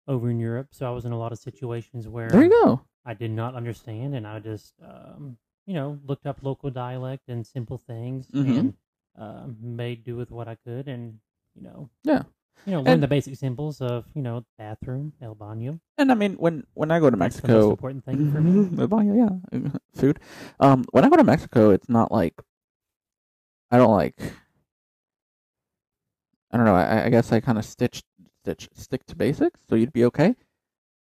over in Europe, so I was in a lot of situations where
there you go.
I did not understand, and I just, um, you know, looked up local dialect and simple things,
Mhm.
and uh, made do with what I could, and you know,
Yeah.
you know, learn
And-
the basic symbols of you know bathroom, el baño.
And I mean, when when I go to
That's the most
Mexico,
important thing for me.
The volume, Mm-hmm. yeah, food. Um, when I go to Mexico, it's not like I don't like. I don't know. I, I guess I kind of stitch, stitch, stick to basics, so you'd be okay.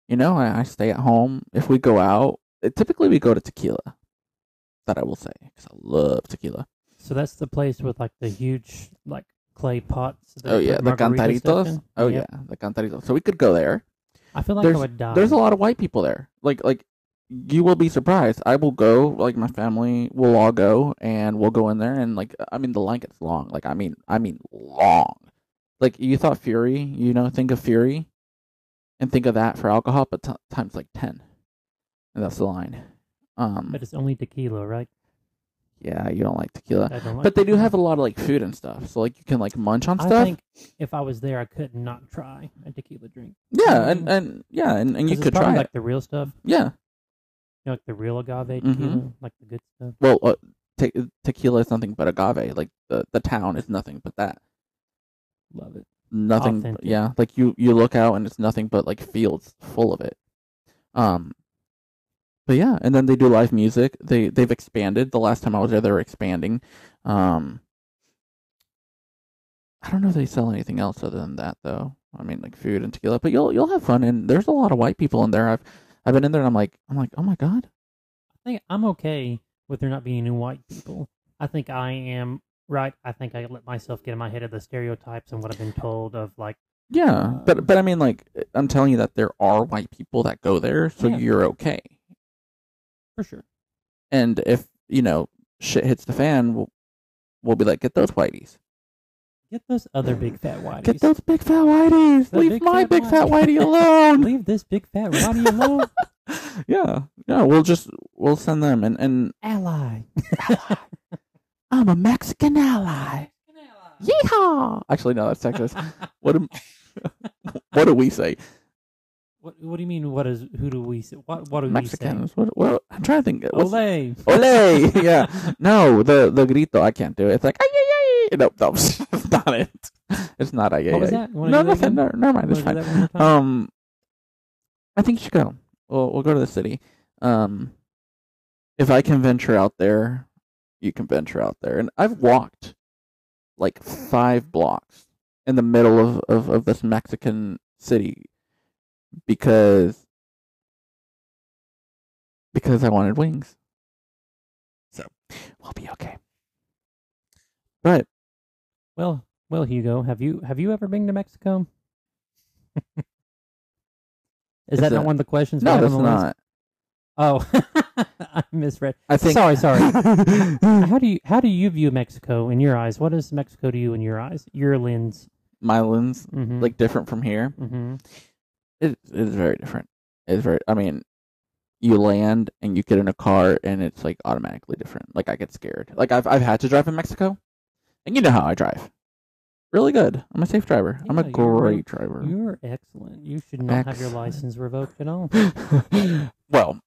You know, I, I stay at home. If we go out, uh, typically we go to tequila. that I will say because I love tequila.
So that's the place with like the huge like clay pots. that
oh
you
yeah,
put
the
margarita stuff
cantaritos.
in?
Oh
Yep.
yeah, the cantaritos. So we could go there.
I feel like I would die.
There's a lot of white people there. Like like you will be surprised. I will go. Like my family will all go, and we'll go in there. And like I mean, the line gets long. Like I mean, I mean long. Like you thought Fury, you know, think of Fury, and think of that for alcohol, but t- times like ten, and that's the line. Um,
but it's only tequila, right?
yeah, you don't like tequila,
I don't like
Uh, but they do
tequila.
have a lot of like food and stuff. So like you can like munch on
I
stuff.
think if I was there, I could not try a tequila drink.
yeah, and and yeah, and, and
'Cause
you
it's
could
probably
try
like
it.
the real stuff,
Yeah.
you know, like the real agave
Mhm.
tequila, like the good stuff.
well, uh, te- tequila is nothing but agave. Like the the town is nothing but that.
Love it.
Nothing.
Authentic.
Yeah, like you you look out and it's nothing but like fields full of it. Um, but yeah, and then they do live music. They they've expanded. The last time I was there, they were expanding. Um, I don't know if they sell anything else other than that though. I mean, like food and tequila. But you'll you'll have fun. And there's a lot of white people in there. I've I've been in there and I'm like I'm like oh my god.
I think I'm okay with there not being any white people. I think I am right. I think I let myself get in my head of the stereotypes and what I've been told of like
Yeah, but but I mean, like, I'm telling you that there are white people that go there, so
Yeah.
you're okay.
for sure.
And if you know shit hits the fan, we'll, we'll be like, get those whiteys,
Get those other big fat whiteys.
get those big fat whiteys,
The
leave
big
my
fat
big fat
whitey."
whitey alone.
Leave this big fat whitey alone.
yeah, yeah, we'll just we'll send them, and and
Ally.
I'm a Mexican ally. Yeehaw! Actually, no, that's Texas. what do what do we say?
What What do you mean? What is who do we say? What What do
Mexicans. What, what? I'm trying to think.
we
What's-
say? Olay.
Ole! yeah. No, the the grito, I can't do it. It's like, ay, ay, ay. No, no, it's not it. It's not ay, ay,
What was
ay.
that? Wanna
No,
do that
nothing.
again?
No, never mind. It's
Wanna
fine.
do that one more time?
Um, I think you should go. We'll, we'll go to the city. Um, if I can venture out there, you can venture out there. And I've walked like five blocks in the middle of, of, of this Mexican city because because I wanted wings. So we'll be okay. But
Well, well, Hugo, have you have you ever been to Mexico? Is
Is
that not
that-
one of the questions? we
no,
have on
that's
the list?
not.
Oh, I misread.
I think
Sorry, sorry. How do you how do you view Mexico in your eyes? What is Mexico to you in your eyes? Your lens,
my lens
mm-hmm.
like different from here.
hmm
It it is very different. It's very. I mean, you land and you get in a car and it's like automatically different. Like I get scared. Like I've I've had to drive in Mexico, and you know how I drive. Really good. I'm a safe driver. I'm
Yeah,
a
you're real-
great driver.
you're excellent. You should not have your
Excellent.
license revoked at all.
well,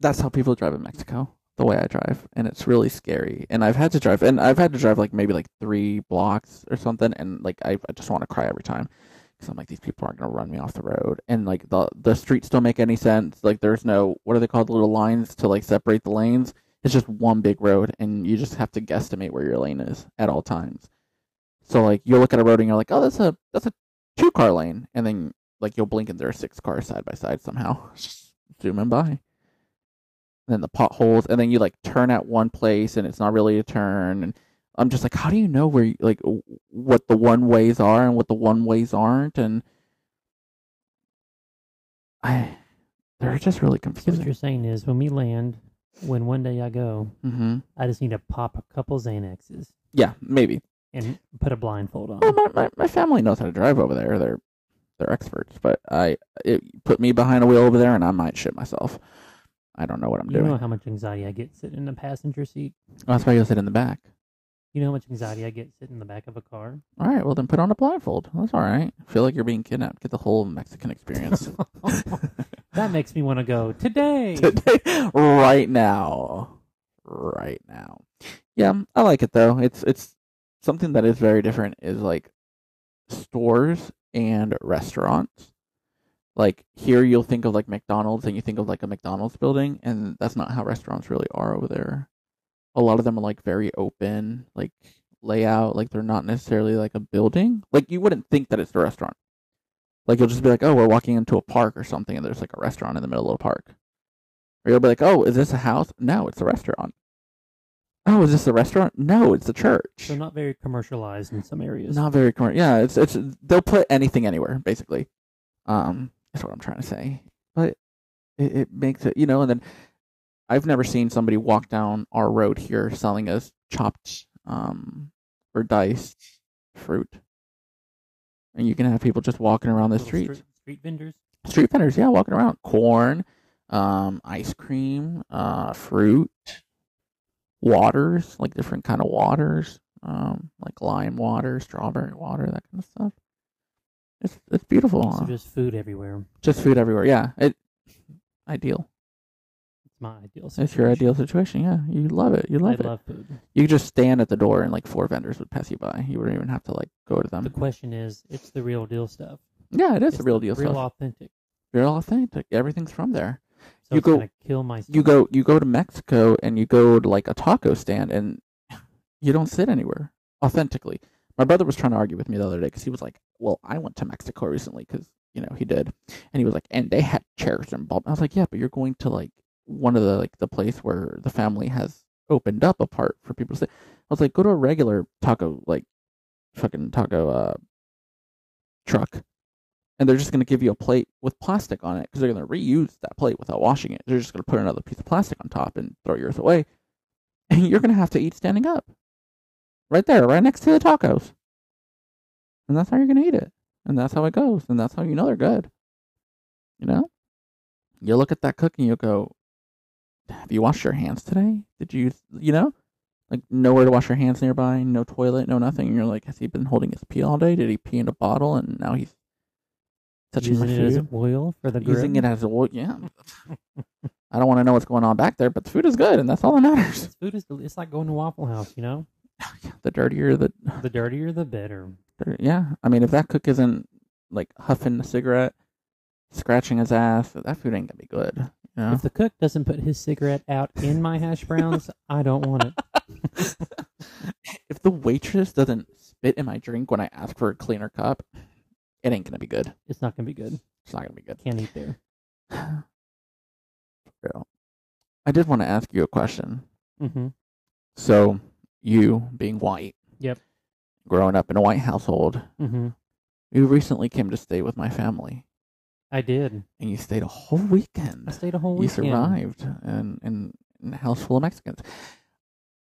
that's how people drive in Mexico. The way I drive, and it's really scary. And I've had to drive, and I've had to drive like maybe like three blocks or something, and like I, I just want to cry every time because I'm like these people aren't gonna run me off the road, and like the the streets don't make any sense. Like there's no what are they called little lines to like separate the lanes. It's just one big road, and you just have to guesstimate where your lane is at all times. So like you look at a road and you're like, oh, that's a that's a two car lane, and then like you'll blink and there are six cars side by side somehow just zooming by and then the potholes and then you like turn at one place and it's not really a turn and i'm just like how do you know where you- like w- what the one ways are and what the one ways aren't and i they're just really
So what
confusing
you're saying is, when we land, when one day I go,
mm-hmm.
I just need to pop a couple Xanaxes
yeah maybe
and put a blindfold on.
well, Oh my, my, my family knows how to drive over there they're they're experts but i it put me behind a wheel over there and i might shit myself i don't know what i'm
You
doing
know how much anxiety I get sitting in the passenger seat.
that's why you'll sit in the back
You know how much anxiety I get sitting in the back of a car.
All right, well then put on a blindfold. That's all right. Feel like you're being kidnapped. Get the whole Mexican experience
that makes me want to go today.
today, right now, right now. Yeah, I like it though. It's it's something that is very different. Is like stores and restaurants. Like here, you'll think of like McDonald's, and you think of like a McDonald's building, and that's not how restaurants really are over there. A lot of them are like very open, like layout, like they're not necessarily like a building. Like you wouldn't think that it's the restaurant. Like you'll just be like, oh, we're walking into a park or something, and there's like a restaurant in the middle of the park. Or you'll be like, oh, is this a house? No, it's a restaurant. Oh, is this a restaurant? No, it's a church.
So not very commercialized in some areas.
Not very commercial. Yeah, it's it's they'll put anything anywhere basically. Um, that's what I'm trying to say. But it, it makes it you know. And then I've never seen somebody walk down our road here selling us chopped um or diced fruit. And you can have people just walking around the
Little
streets
Street, street vendors.
street vendors, yeah, walking around. Corn, um, ice cream, uh, fruit, waters, like different kind of waters, um, like lime water, strawberry water, that kind of stuff. It's it's beautiful.
So
huh? just,
just food everywhere.
food everywhere. Yeah, it ideal.
It's my ideal. Situation.
It's your ideal situation. Yeah, you love it. You love
I
it.
love food.
you could just stand at the door and like four vendors would pass you by. You wouldn't even have to like go to
The
them.
question is, it's the real deal stuff.
Yeah, it is
It's
the real deal
Real
stuff.
authentic.
Real authentic. Everything's from there.
So
You
it's
go-
gonna kill my.
you go you go to Mexico and you go to like a taco stand and you don't sit anywhere authentically. My brother was trying to argue with me the other day because he was like, "Well, I went to Mexico recently because you know he did," and he was like, "And they had chairs and blah." I was like, "Yeah, but you're going to like one of the like the place where the family has opened up a part for people to sit." I was like, "Go to a regular taco like fucking taco uh truck." and they're just going to give you a plate with plastic on it because they're going to reuse that plate without washing it. They're just going to put another piece of plastic on top and throw yours away. And you're going to have to eat standing up. Right there, right next to the tacos. And that's how you're going to eat it. And that's how it goes. And that's how you know they're good. You know? You look at that cook and you go, Have you washed your hands today? Did you, you know? Like, nowhere to wash your hands nearby, no toilet, no nothing. And you're like, Has he been holding his pee all day? Did he pee in a bottle? And now he's touching my
using it
food
as oil for the grill.
using it as a wo- yeah. I don't want to know what's going on back there, but the food is good, and that's all that matters.
This food is. deli- It's like going to Waffle House. You know,
The dirtier the,
the dirtier the better.
dir- yeah. I mean, if that cook isn't like huffing a cigarette, scratching his ass, that food ain't gonna be good. You know?
If the cook doesn't put his cigarette out in my hash browns, I don't want it.
if the waitress doesn't spit in my drink when I ask for a cleaner cup, it ain't gonna be good.
It's not gonna be good.
It's not gonna be good.
Can't eat there.
For real. I did want to ask you a question.
Mm-hmm.
So, you being white,
Yep.
growing up in a white household,
Mm-hmm.
You recently came to stay with my family,
I did.
and you stayed a whole
I
weekend.
stayed a whole
You
weekend.
survived in, in, in a house full of Mexicans.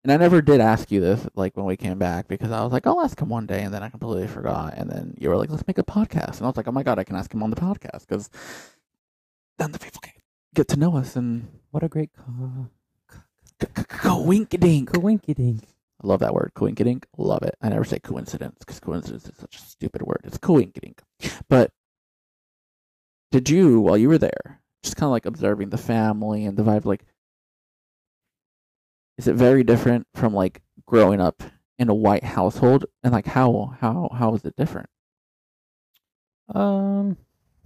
And I never did ask you this, like when we came back, because I was like, I'll ask him one day, and then I completely forgot. And then you were like, let's make a podcast. And I was like, oh my God, I can ask him on the podcast, because then the people can get to know us and
What a great co-
c- c- coinkydink.
coinky dink.
I love that word, coinkydink. Love it. I never say coincidence because coincidence is such a stupid word. It's coinkydink. But did you, while you were there, just kind of like observing the family and the vibe, like, is it very different from like growing up in a white household? And like, how, how, how is it different?
Um,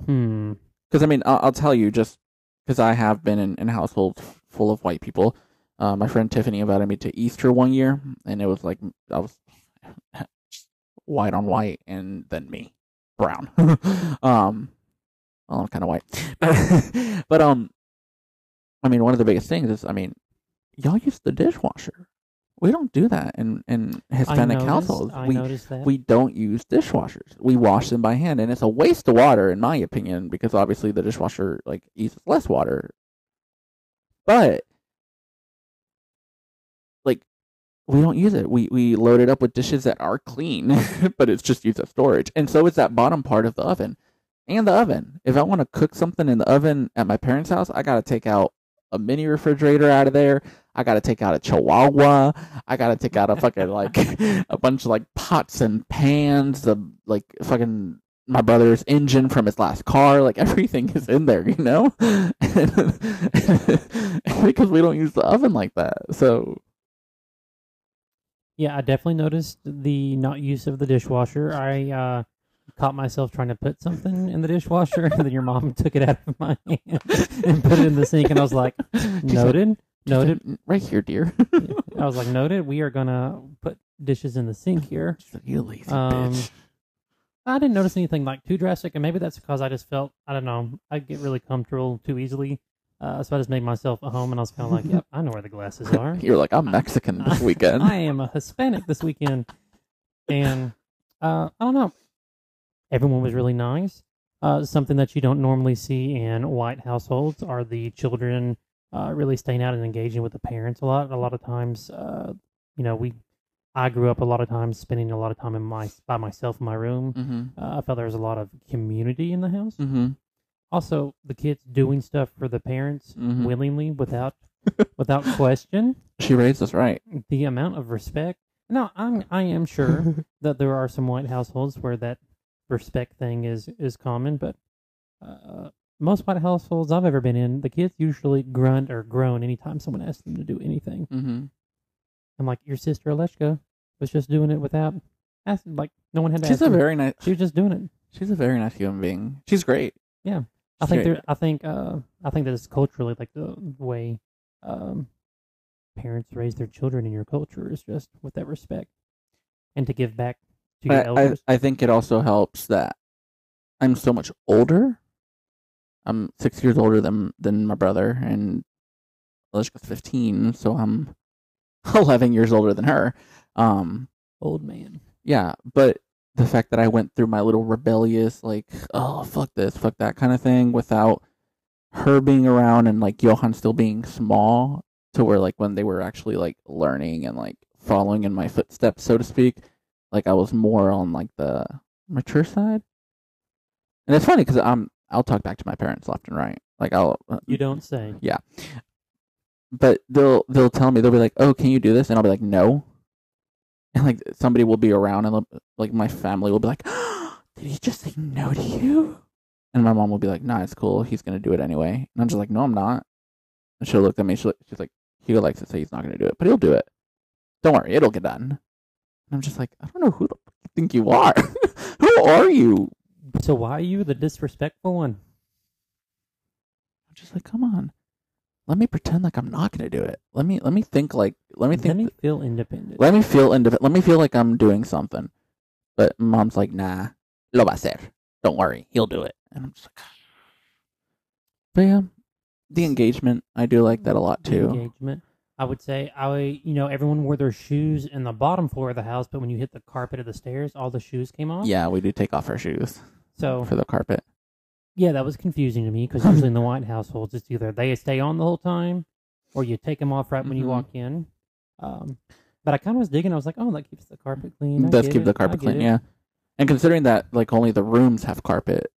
hmm.
because I mean, I'll, I'll tell you just because I have been in, in households full of white people. Uh, my friend Tiffany invited me to Easter one year, and it was like I was white on white, and then me brown. um, well, I'm kind of white, but um, I mean, one of the biggest things is, I mean, y'all use the dishwasher. We don't do that in in Hispanic
I noticed,
households.
I
we
noticed that.
we don't use dishwashers. We wash them by hand, and it's a waste of water, in my opinion, because obviously the dishwasher like uses less water. But like, we don't use it. We we load it up with dishes that are clean, but it's just used as storage, and so is that bottom part of the oven, and the oven. If I want to cook something in the oven at my parents' house, I gotta take out a mini refrigerator out of there. I gotta take out a chihuahua. I gotta take out a fucking like a bunch of like pots and pans, the like fucking my brother's engine from his last car, like everything is in there, you know? because we don't use the oven like that. So
yeah, I definitely noticed the not use of the dishwasher. I uh, caught myself trying to put something in the dishwasher, and then your mom took it out of my hand and put it in the sink, and I was like,
She's like,
noted, noted.
"N- right here, dear.
I was like, noted. We are gonna put dishes in the sink here.
She's like, you lazy
Um,
bitch.
I didn't notice anything like too drastic, and maybe that's because I just felt I don't know I get really comfortable too easily. Uh, so I just made myself at home, and I was kind of like, "Yep, I know where the glasses are."
You're like, I'm Mexican this weekend.
I am a Hispanic this weekend, and uh, I don't know. Everyone was really nice. Uh, something that you don't normally see in white households are the children uh, really staying out and engaging with the parents a lot. A lot of times, uh, you know, we I grew up a lot of times spending a lot of time in my by myself in my room.
mm-hmm.
Uh, I felt there was a lot of community in the house.
Mm-hmm.
Also, the kids doing stuff for the parents
Mhm.
willingly without without question
She raised us right.
the amount of respect. Now, I'm I am sure that there are some white households where that respect thing is is common, but uh, most white households I've ever been in, the kids usually grunt or groan anytime someone asks them to do anything.
Mm-hmm.
I'm like, your sister Aleshka was just doing it without asking. Like, no one had to.
She's
ask
a
her.
very nice.
She was just doing it.
She's a very nice human being. She's great.
Yeah. I
She's
think
great.
there. I think. Uh, I think that it's culturally like the way um, parents raise their children in your culture is just with that respect, and to give back to your
I, I,
elders.
I think it also helps that I'm so much older. I'm six years older than than my brother, and Alishka's fifteen, so I'm eleven years older than her. Um,
Old man.
yeah, but the fact that I went through my little rebellious, like, oh fuck this, fuck that kind of thing, without her being around and like Johan still being small, to where like when they were actually like learning and like following in my footsteps, so to speak, like I was more on like the mature side. And it's funny because I'm I'll talk back to my parents left and right. Like I'll uh,
You don't say.
but they'll they'll tell me they'll be like, "Oh, can you do this?" and I'll be like, "No." And like somebody will be around and they'll- like my family will be like, "Did he just say no to you?" And my mom will be like, "Nah, it's cool. He's gonna do it anyway." And I'm just like, "No, I'm not." And she'll look at me. She'll, she's like, "He likes to say he's not gonna do it, but he'll do it. Don't worry, it'll get done." And I'm just like, "I don't know who the fuck you think you are. who are you?"
So why are you the disrespectful one?
I'm just like, "Come on." Let me pretend like I'm not gonna do it. Let me let me think like let me think
Let me feel independent.
let me feel indif- let me feel like I'm doing something. But mom's like, nah, lo va a hacer. Don't worry, he'll do it. And I'm just like, but yeah, the engagement I do like that a lot
The
too.
Engagement. I would say I, would- you know, everyone wore their shoes in the bottom floor of the house, but when you hit the carpet of the stairs, all the shoes came off.
Yeah, we do take off our shoes
So
for the carpet.
Yeah, that was confusing to me because usually in the White households, it's either they stay on the whole time or you take them off right when you
Mhm.
walk in. Um, but I kind of was digging. I was like, oh, that keeps the carpet clean. I
Does
get
keep the
it, I
carpet
get
clean,
it.
yeah. And considering that, like only the rooms have carpet,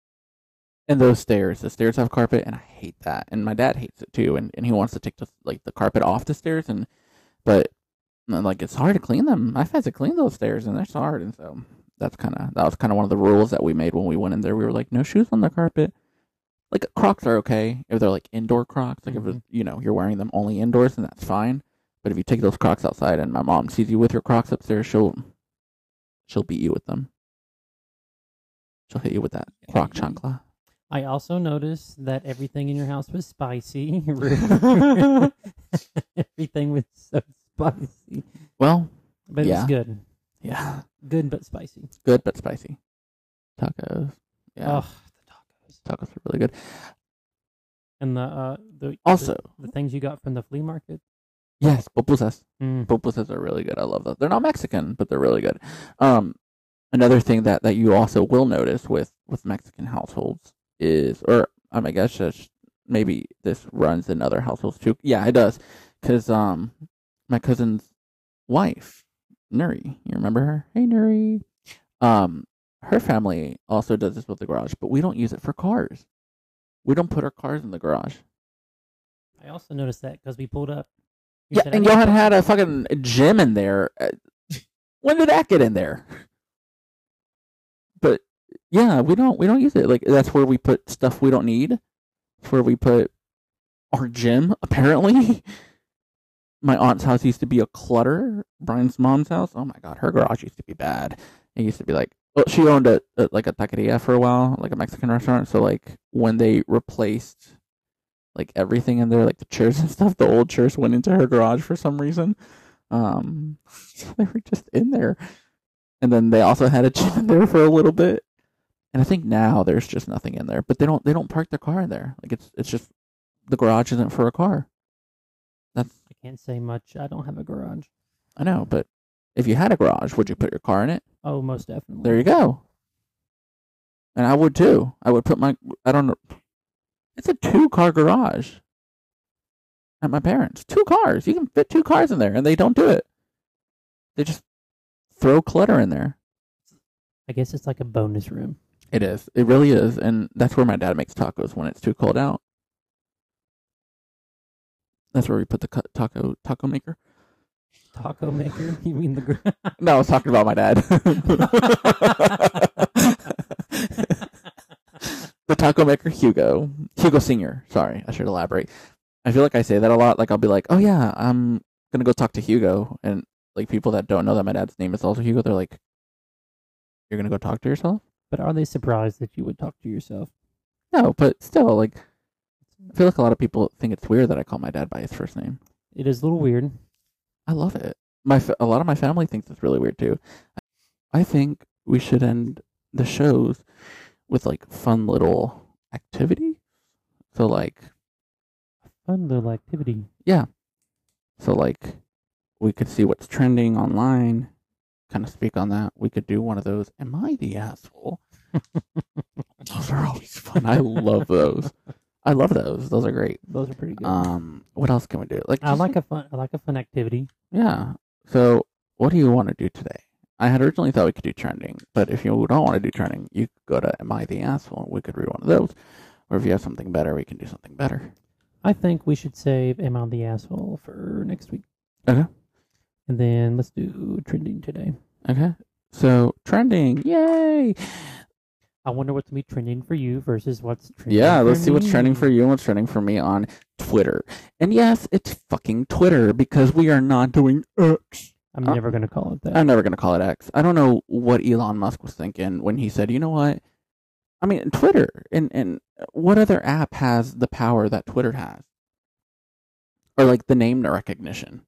and those stairs, the stairs have carpet, and I hate that. And my dad hates it too, and, and he wants to take the like the carpet off the stairs, and but and, like it's hard to clean them. I've had to clean those stairs, and they're so hard, and so that's kind of that was kind of one of the rules that we made when we went in there. We were like, no shoes on the carpet. Like Crocs are okay if they're like indoor Crocs, like if
Mhm.
it's, you know you're wearing them only indoors, then that's fine. But if you take those Crocs outside, and my mom sees you with your Crocs upstairs, she'll she'll beat you with them. She'll hit you with that croc chancla.
I also noticed that everything in your house was spicy. everything was so spicy.
Well,
But it
Yeah.
was good.
yeah,
Good, but spicy.
good but spicy. Tacos, yeah,
Ugh, the tacos.
tacos are really good.
And the, uh, the,
Also,
the, the things you got from the flea market.
yes, pupusas.
Mm.
pupusas are really good. I love those. They're not Mexican, but they're really good. Um, another thing that, that you also will notice with, with Mexican households is, or um, I guess that's- maybe this runs in other households too. Yeah, it does, because um, my cousin's wife, Nuri, you remember her? Hey, Nuri. Um, her family also does this with the garage, but we don't use it for cars. We don't put our cars in the garage.
I also noticed that because we pulled up. You
Yeah,
said, "Oh,
and
"Hey,
Johan had a fucking gym in there. Uh, When did that get in there? But yeah, we don't we don't use it. Like that's where we put stuff we don't need. That's where we put our gym. Apparently, my aunt's house used to be a clutter. Brian's mom's house. Oh my god, her garage used to be bad. It used to be like well, she owned a, a like a taqueria for a while, like a Mexican restaurant. So like when they replaced like everything in there, like the chairs and stuff. The old chairs went into her garage for some reason. Um, so they were just in there, and then they also had a gym in there for a little bit. And I think now there's just nothing in there, but they don't they don't park their car in there. Like it's it's just the garage isn't for a car.
I can't say much. I don't have a garage.
I know, but if you had a garage, would you put your car in it?
Oh, most definitely.
There you go. And I would too. I would put my I don't know. It's a two car garage. At my parents. Two cars. You can fit two cars in there and they don't do it. They just throw clutter in there.
I guess it's like a bonus room.
It is. It really is. And that's where my dad makes tacos when it's too cold out. That's where we put the cu- taco taco maker.
Taco maker? You mean the garage?
No, I was talking about my dad. the taco maker Hugo, Hugo Senior. Sorry, I should elaborate. I feel like I say that a lot. Like I'll be like, "Oh yeah, I'm gonna go talk to Hugo," and like people that don't know that my dad's name is also Hugo, they're like, "You're gonna go talk to yourself?"
But are they surprised that you would talk to yourself?
No, but still, like, I feel like a lot of people think it's weird that I call my dad by his first name.
It is a little weird.
I love it. My fa- a lot of my family thinks it's really weird too. I think we should end the shows with like fun little activity. So like
Fun little activity.
so like we could see what's trending online, kind of speak on that. We could do one of those. Am I the asshole? those are always fun. I love those. I love those. Those are great.
Those are pretty good.
Um, what else can we do? Like
I
just-
like a fun. I like a fun activity.
Yeah. So, what do you want to do today? I had originally thought we could do trending, but if you don't want to do trending, you could go to Am I the Asshole? We could read one of those. Or if you have something better, we can do something better.
I think we should save "Am I the asshole" for next week.
Okay.
And then let's do trending today.
Okay. So, trending. Yay.
I wonder what's gonna be trending for you versus what's trending.
Yeah,
for
let's see what's trending
me.
for you and what's trending for me on Twitter. And yes, it's fucking Twitter because we are not doing X.
I'm
Uh,
never gonna call it that.
I'm never going to call it X. I don't know what Elon Musk was thinking when he said, you know what? I mean, Twitter and, and what other app has the power that Twitter has? Or like the name recognition?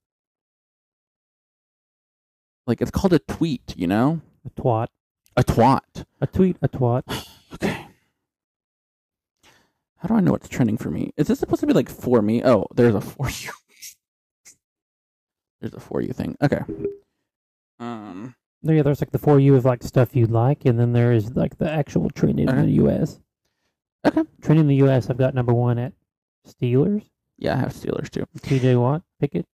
Like it's called a tweet, you know?
a twat.
A twat.
A tweet. A twat.
Okay. How do I know what's trending for me? Is this supposed to be like for me? Oh, there's a for you. there's a for you thing. Okay. Um.
No, yeah, there's like the for you of like stuff you like, and then there is like the actual trend in
Okay.
the U.S.
Uh-huh. Okay.
Trend in the U.S. I've got number one at Steelers.
Yeah, I have Steelers too.
T.J. Watt. Pickett.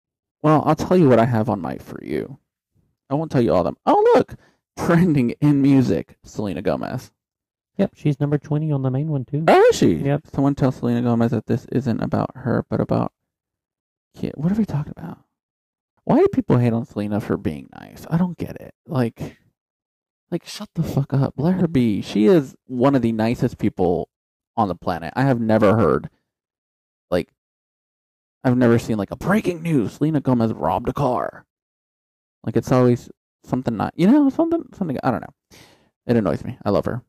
Well, I'll tell you what I have on my for you. I won't tell you all of them. Oh, look, trending in music, Selena Gomez.
Yep, she's number twenty on the main one too.
Oh, is she?
Yep.
Someone tell Selena Gomez that this isn't about her, but about kid. What are we talking about? Why do people hate on Selena for being nice? I don't get it. Like, like shut the fuck up. Let her be. She is one of the nicest people on the planet. I have never heard, like, I've never seen like a breaking news. Selena Gomez robbed a car. Like it's always something not, you know, something, something. I don't know. It annoys me. I love her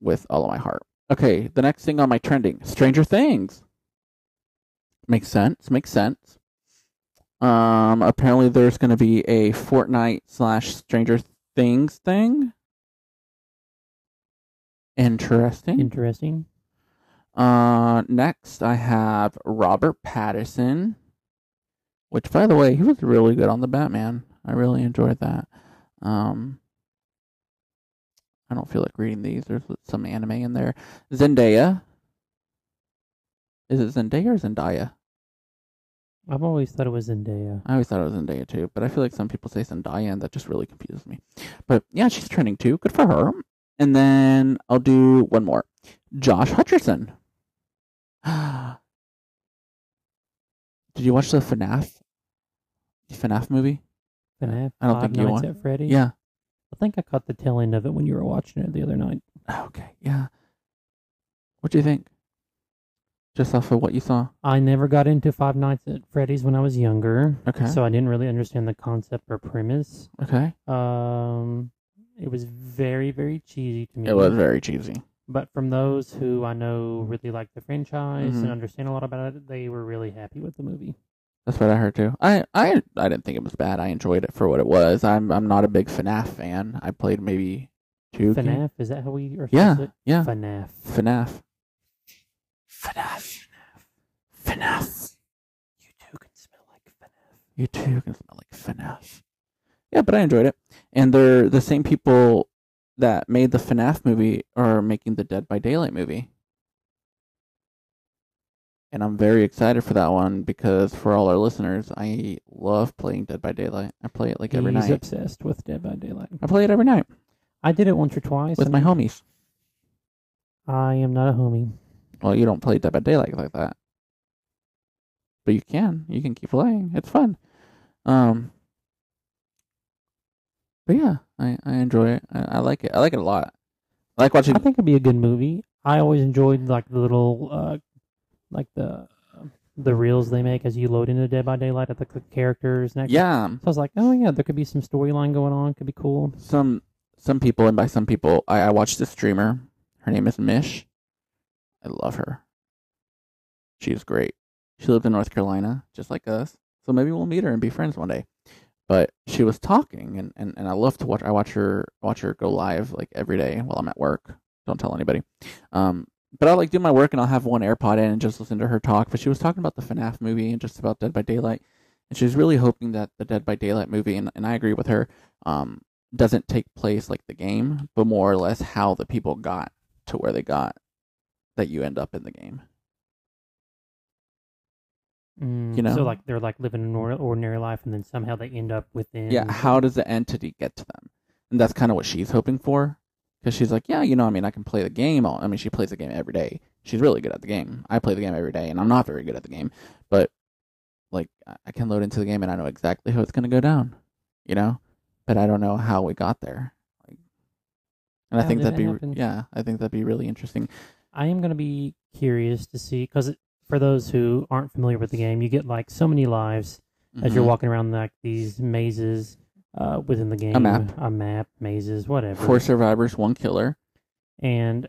with all of my heart. Okay, the next thing on my trending Stranger Things. Makes sense. Makes sense. Um, apparently there's going to be a Fortnite slash Stranger Things thing. Interesting.
Interesting.
Uh, next I have Robert Pattinson, which, by the way, he was really good on the Batman. I really enjoyed that. Um, I don't feel like reading these. There's some anime in there. Zendaya. Is it Zendaya or Zendaya?
I've always thought it was Zendaya.
I always thought it was Zendaya too, but I feel like some people say Zendaya, and that just really confuses me. But yeah, she's trending too. Good for her. And then I'll do one more. Josh Hutcherson. Did you watch the FNAF? The FNAF movie?
Can I have
I don't
Five
think you
Nights
want-
at Freddy's?
Yeah.
I think I caught the tail end of it when you were watching it the other night.
Oh, Okay. Yeah. What do you think? Just off of what you saw.
I never got into Five Nights at Freddy's when I was younger,
Okay.
so I didn't really understand the concept or premise.
okay.
Um, it was very, very cheesy to me.
It was very cheesy.
But from those who I know really like the franchise
Mhm.
and understand a lot about it, they were really happy with the movie.
That's what I heard too. I, I I didn't think it was bad. I enjoyed it for what it was. I'm I'm not a big FNAF fan. I played maybe two. games.
FNAF, is that how we are
Yeah,
supposed
yeah.
to FNAF.
FNAF. FNAF. FNAF. You too can smell like FNAF. Yeah, but I enjoyed it. And they're the same people that made the FNAF movie are making the Dead by Daylight movie. And I'm very excited for that one because for all our listeners, I love playing Dead by Daylight. I play it like every
He's
night.
obsessed with Dead by Daylight.
I play it every night
I did it once or twice.
with
and
my homies.
I am not a homie.
Well, you don't play Dead by Daylight like that, but you can. You can keep playing. It's fun. Um, but yeah, I, I enjoy it. I, I like it. I like it a lot. I like watching.
I think it'd be a good movie. I always enjoyed like the little, uh, like the um, the reels they make as you load into Dead by Daylight at the, the characters. And that-
yeah,
So I was like, oh yeah, there could be some storyline going on. Could be cool.
some some people, and by some people, I, I watched this streamer. Her name is Mish. I love her. She is great. She lived in North Carolina, just like us. So maybe we'll meet her and be friends one day. But she was talking, and, and, and I love to watch. I watch her watch her go live like every day while I'm at work. Don't tell anybody. Um, but I like do my work, and I'll have one AirPod in and just listen to her talk. But she was talking about the FNAF movie and just about Dead by Daylight, and she's really hoping that the Dead by Daylight movie, and, and I agree with her, um, doesn't take place like the game, but more or less how the people got to where they got that you end up in the game.
Mm,
You know?
so like they're like living an or- ordinary life, and then somehow they end up within.
Yeah, how does the entity get to them? And that's kind of what she's hoping for. Because she's like, yeah, you know, I mean, I can play the game. all- I mean, she plays the game every day. She's really good at the game. I play the game every day, and I'm not very good at the game. But, like, I I can load into the game, and I know exactly how it's going to go down, you know? But I don't know how we got there. Like, and I
How
think
did
that'd
that
be,
happen?
yeah, I think that'd be really interesting.
I am going to be curious to see because for those who aren't familiar with the game, you get like so many lives as you're
Mhm.
walking around like these mazes uh, within the game.
map.
a map, mazes, whatever.
Four survivors, one killer.
and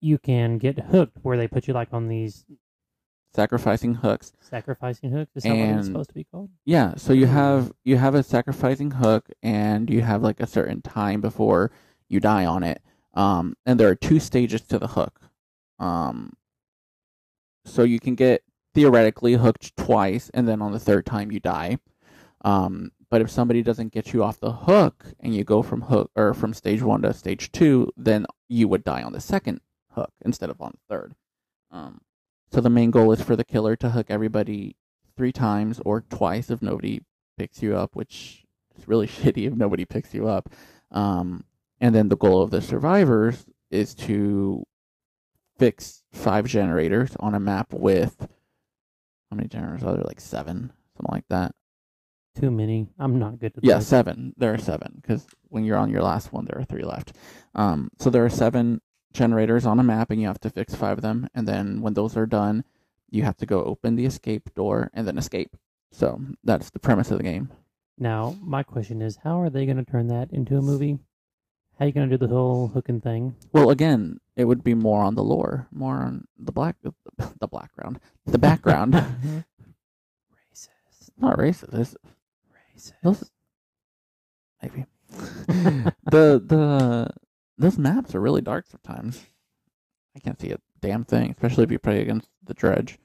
you can get hooked where they put you like on these
sacrificing hooks.
sacrificing hooks. Is that what
And-
it's supposed to be called?
Yeah, so you
Mm.
have you have a sacrificing hook and you have like a certain time before you die on it. Um and there are two stages to the hook. Um so you can get theoretically hooked twice and then on the third time you die. Um but if somebody doesn't get you off the hook and you go from hook or from stage 1 to stage 2, then you would die on the second hook instead of on the third. Um so the main goal is for the killer to hook everybody three times or twice if nobody picks you up, which is really shitty if nobody picks you up. Um, and then the goal of the survivors is to fix five generators on a map with how many generators are there? Like seven, something like that.
Too many. I'm not good at
Yeah,
those.
seven. There are seven because when you're on your last one, there are three left. Um, so there are seven generators on a map, and you have to fix five of them. And then when those are done, you have to go open the escape door and then escape. So that's the premise of the game.
Now, my question is, how are they going to turn that into a movie? How are you going to do the whole hooking thing?
Well, again, it would be more on the lore, more on the black, the background, the background.
Racist.
Not racist. It's
Racist.
Those- maybe the the those maps are really dark sometimes. I can't see a damn thing, especially if you play against the dredge.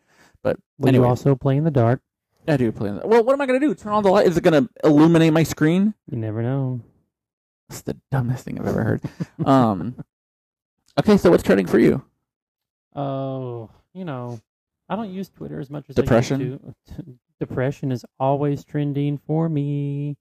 But
Will
anyway,
you also play in the dark?
I do play. in the- Well, what am I gonna do? Turn on the light? Is it gonna illuminate my screen?
You never know.
That's the dumbest thing I've ever heard. um. Okay, so what's trending for you?
Oh, you know, I don't use Twitter as much as
Depression?
I used to. Depression is always trending for me.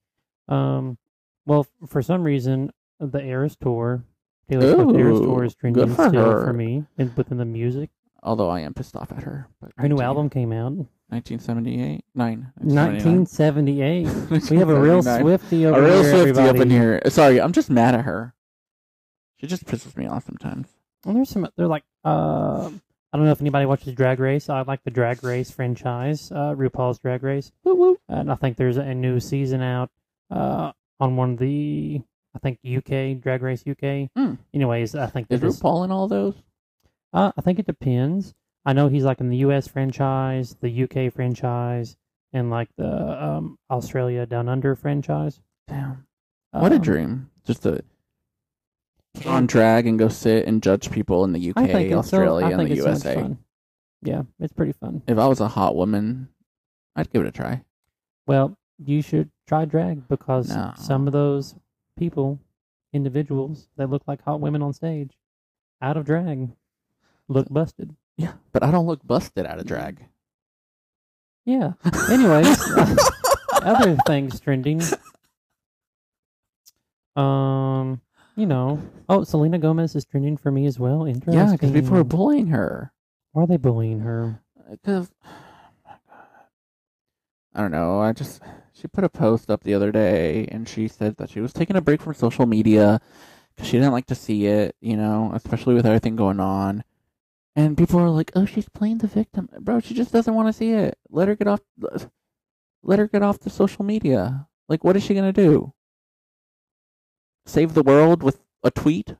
Um, well, f- for some reason, the Eras tour, Taylor Swift Eras
Ooh,
tour is
good
trending
for
still
her.
for me, and within the music.
Although I am pissed off at her. But
Her new
19
album came out
1978, nine.
1978.
1979.
We have a real
1979.
Swifty over
A real
here,
Swifty up in
everybody.
here. Sorry, I'm just mad at her. She just pisses me off sometimes.
And there's some. They're like, uh, I don't know if anybody watches Drag Race. I like the Drag Race franchise, uh, RuPaul's Drag Race.
Woo woo.
and I think there's a new season out uh, on one of the I think UK Drag Race UK.
Hmm.
Anyways, I think
Is
that is-
RuPaul in all those?
uh, I think it depends. I know he's like in the US franchise, the UK franchise, and like the um, Australia Down Under franchise.
Damn. What a
Um,
dream. Just to put on drag and go sit and judge people in the
I
UK,
think it's so-
Australia,
I
and
think
the
it's so much
USA.
fun. Yeah, it's pretty fun.
if I was a hot woman, I'd give it a try.
Well, you should try drag because
No.
some of those people, individuals that look like hot women on stage, out of drag, look busted.
Yeah, but I don't look busted out of drag.
Yeah. Anyways, uh, other things trending. Um, you know. Oh, Selena Gomez is trending for me as well. Interesting.
yeah, because people are bullying her.
Why are they bullying her?
Because Uh, I don't know. I just she put a post up the other day, and she said that she was taking a break from social media because she didn't like to see it. You know, especially with everything going on. And people are like, "Oh, she's playing the victim, bro. She just doesn't want to see it. Let her get off. Let her get off the social media. Like, what is she gonna do? Save the world with a tweet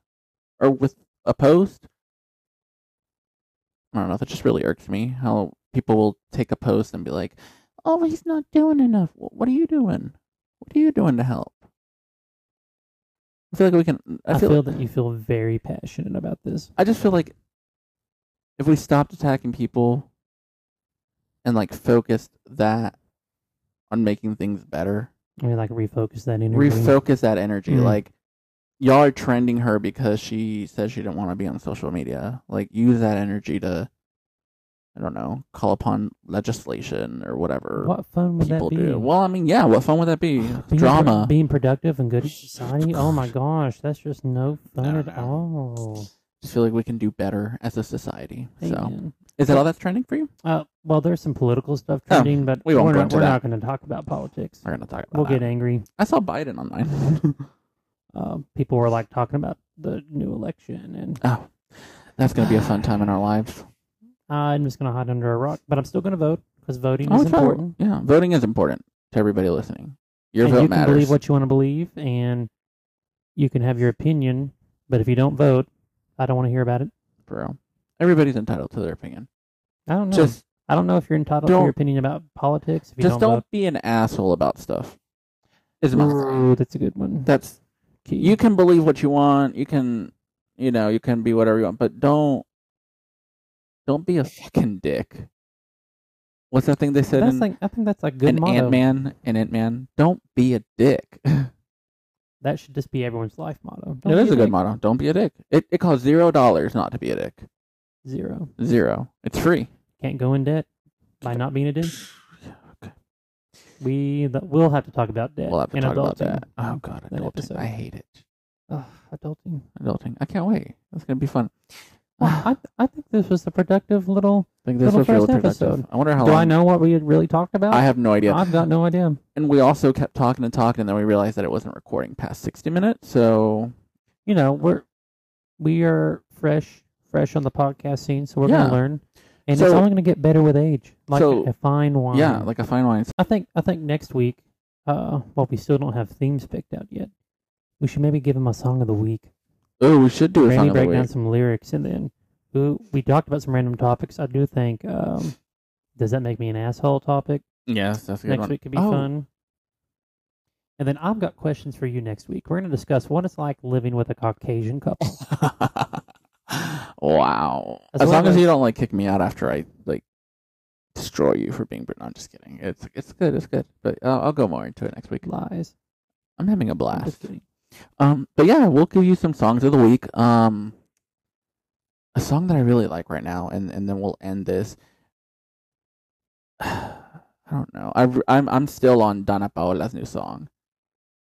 or with a post? I don't know. That just really irks me. How people will take a post and be like, "Oh, he's not doing enough. Wh- What are you doing? What are you doing to help?" I feel like we can. I
I
feel,
feel, that you feel very passionate about this.
I just feel like if we stopped attacking people and like focused that on making things better,
I mean, like refocus that energy.
refocus that energy.
Mm.
Like y'all are trending her because she says she didn't want to be on social media. Like use that energy to I don't know, call upon legislation or whatever
What fun would
people
that be?
do. Well, I mean, yeah, what fun would that be?
Being
Drama.
pro- being productive and good at society. Oh my gosh, that's just no fun
No,
at
no.
all.
just feel like we can do better as a society. So,
Man.
is that all that's trending for you?
Uh, well, there's some political stuff trending, but
Oh, we won't
are
go
not,
into
we're
that.
not going to talk about politics.
We're gonna talk about
We'll
that.
get angry.
I saw Biden on mine.
Uh, people were like talking about the new election, and
Oh, that's going to be a fun time in our lives.
I'm just going to hide under a rock. But I'm still going to vote because voting
Oh,
is
it's vote.
important.
Yeah, voting is important to everybody listening. Your
and
vote
you can
matters.
believe what you want to believe, and you can have your opinion. But if you don't vote, I don't want to hear about it.
for real. Everybody's entitled to their opinion.
I don't know.
Just,
I don't know if you're entitled to your
don't-
opinion about politics. If you
just
don't,
don't be an asshole about stuff. Is
vote.
my
Ooh, Mm, that's a good one.
that's
Key.
you can believe what you want. You can, you know, you can be whatever you want, but don't, don't be a fucking dick. What's that thing they said?
that's
in,
like I think that's a good
in
motto.
Ant Man and Ant Man. Don't be a dick.
That should just be everyone's life motto.
It
Don't
is
be
a good
dick.
motto. Don't be a dick. It it costs zero dollars not to be a dick.
Zero.
Zero. It's free.
Can't go in debt by not being a dick. We th- we'll have to talk about debt.
We'll have to
and
talk about
adulting.
that. Oh god,
That
adulting.
episode.
I hate it.
Ugh, adulting.
Adulting. I can't wait. It's gonna be fun.
Well, I I think this was a productive little.
I think this
little
was really
first
productive.
episode.
I wonder how
Do
long.
I know what we had really talked about?
I have no idea.
I've got no idea.
and we also kept talking and talking, and then we realized that it wasn't recording past sixty minutes. So
You know, we're we are fresh, fresh on the podcast scene, so we're gonna
Yeah.
learn, and it's
So-
only gonna get better with age, like
So-
a fine wine.
yeah, like a fine wine.
I think I think next week, uh, well, we still don't have themes picked out yet. We should maybe give him a song of the week.
Oh, we should do a
Randy
song of the
break down
week.
some lyrics, and then ooh, we talked about some random topics. I do think, um, does that make me an asshole? Topic
Yes, that's a good
next
one.
week could be
Oh,
fun. And then I've got questions for you next week. We're going to discuss what it's like living with a Caucasian couple.
wow.
As
As,
well
long as
as-
you don't like kick me out after I like destroy you for being Brit. No, I'm just kidding. It's it's good. It's good. But uh, I'll, I'll go more into it next week.
Lies.
I'm having a
I'm just
blast.
kidding.
Um, but yeah, we'll give you some songs of the week. Um, a song that I really like right now, and and then we'll end this. I don't know. I re- I'm I'm still on Dana Paola's new song.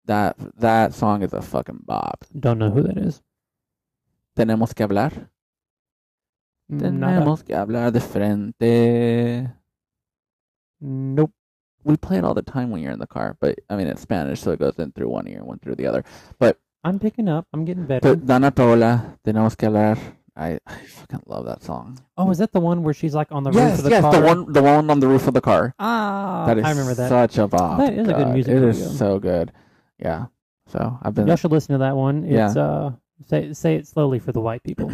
That that song is a fucking bop.
Don't know who that is.
Tenemos que hablar. Mm,
Not a-
Tenemos que hablar de frente.
nope.
We play it all the time when you're in the car, but I mean it's Spanish, so it goes in through one ear and one through the other.
I'm picking up. I'm getting better.
But Dana Paola, Tenemos que hablar. I, I fucking love that song.
oh, is that the one where she's like on the roof of the
yes,
car?
the one, the one on the roof of the car.
Ah,
that is
I remember that.
such a bop.
That is a good
God,
music
It is
video.
so good. Yeah. So I've been.
Y'all should listen to that one. It's
Yeah.
uh say say it slowly for the white people.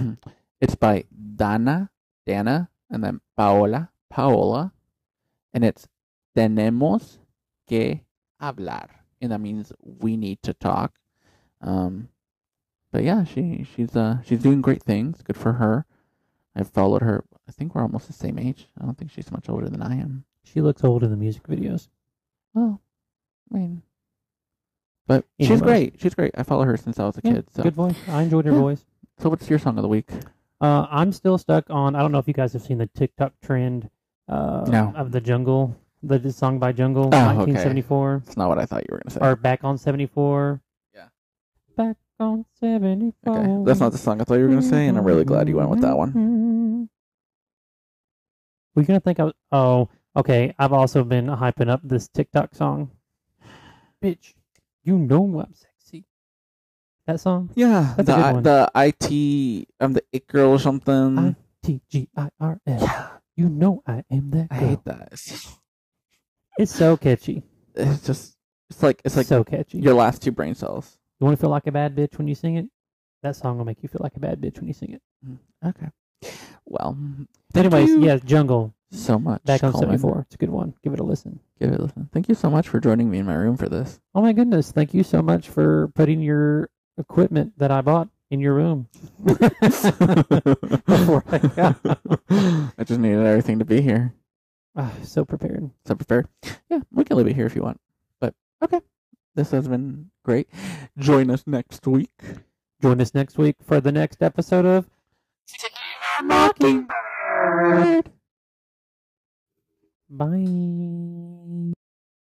it's by Dana, Dana, and then Paola, Paola, and it's tenemos que hablar, and that means we need to talk. Um, but yeah, she she's uh she's doing great things. Good for her. I've followed her. I think we're almost the same age. I don't think she's much older than I am.
she looks old in the music videos.
Oh, I mean, but she's
Anyway.
great. She's great. I follow her since I was a
Yeah,
kid. So,
Good voice. I enjoyed your
Yeah.
voice.
so what's your song of the week?
Uh, I'm still stuck on. I don't know if you guys have seen the TikTok trend uh,
No. Oh,
of the Jungle, the, the song by Jungle,
okay.
1974,
It's not what I thought you were gonna say.
or Back on 74.
Yeah.
Back on 74.
okay, Oh. that's not the song I thought you were gonna say, and I'm really glad you went with that one.
Were you gonna think I was? Oh, okay. I've also been hyping up this TikTok song. Bitch, you know I'm sexy. That song.
Yeah,
That's a
the
good
I,
one.
the it um the it girl or something.
I- T G I R L.
yeah,
You know I am that
I
girl.
hate that. It's,
It's so catchy.
it's just it's like it's like
so catchy.
your last two brain cells.
You want to feel like a bad bitch when you sing it? That song will make you feel like a bad bitch when you sing it.
Okay. Well, thank
Anyways,
you
yes, Jungle
so much.
back on
Coleman.
seventy four. It's a good one. Give it a listen.
Give it a listen. Thank you so much for joining me in my room for this.
Oh my goodness! Thank you so much for putting your equipment that I bought in your room. Before I
I just needed everything to be here.
Ah, so prepared.
So prepared. Yeah, we can leave it here if you want. But okay. This has been great. Join us next week.
Join us next week for the next episode of Mockingbird. Bye.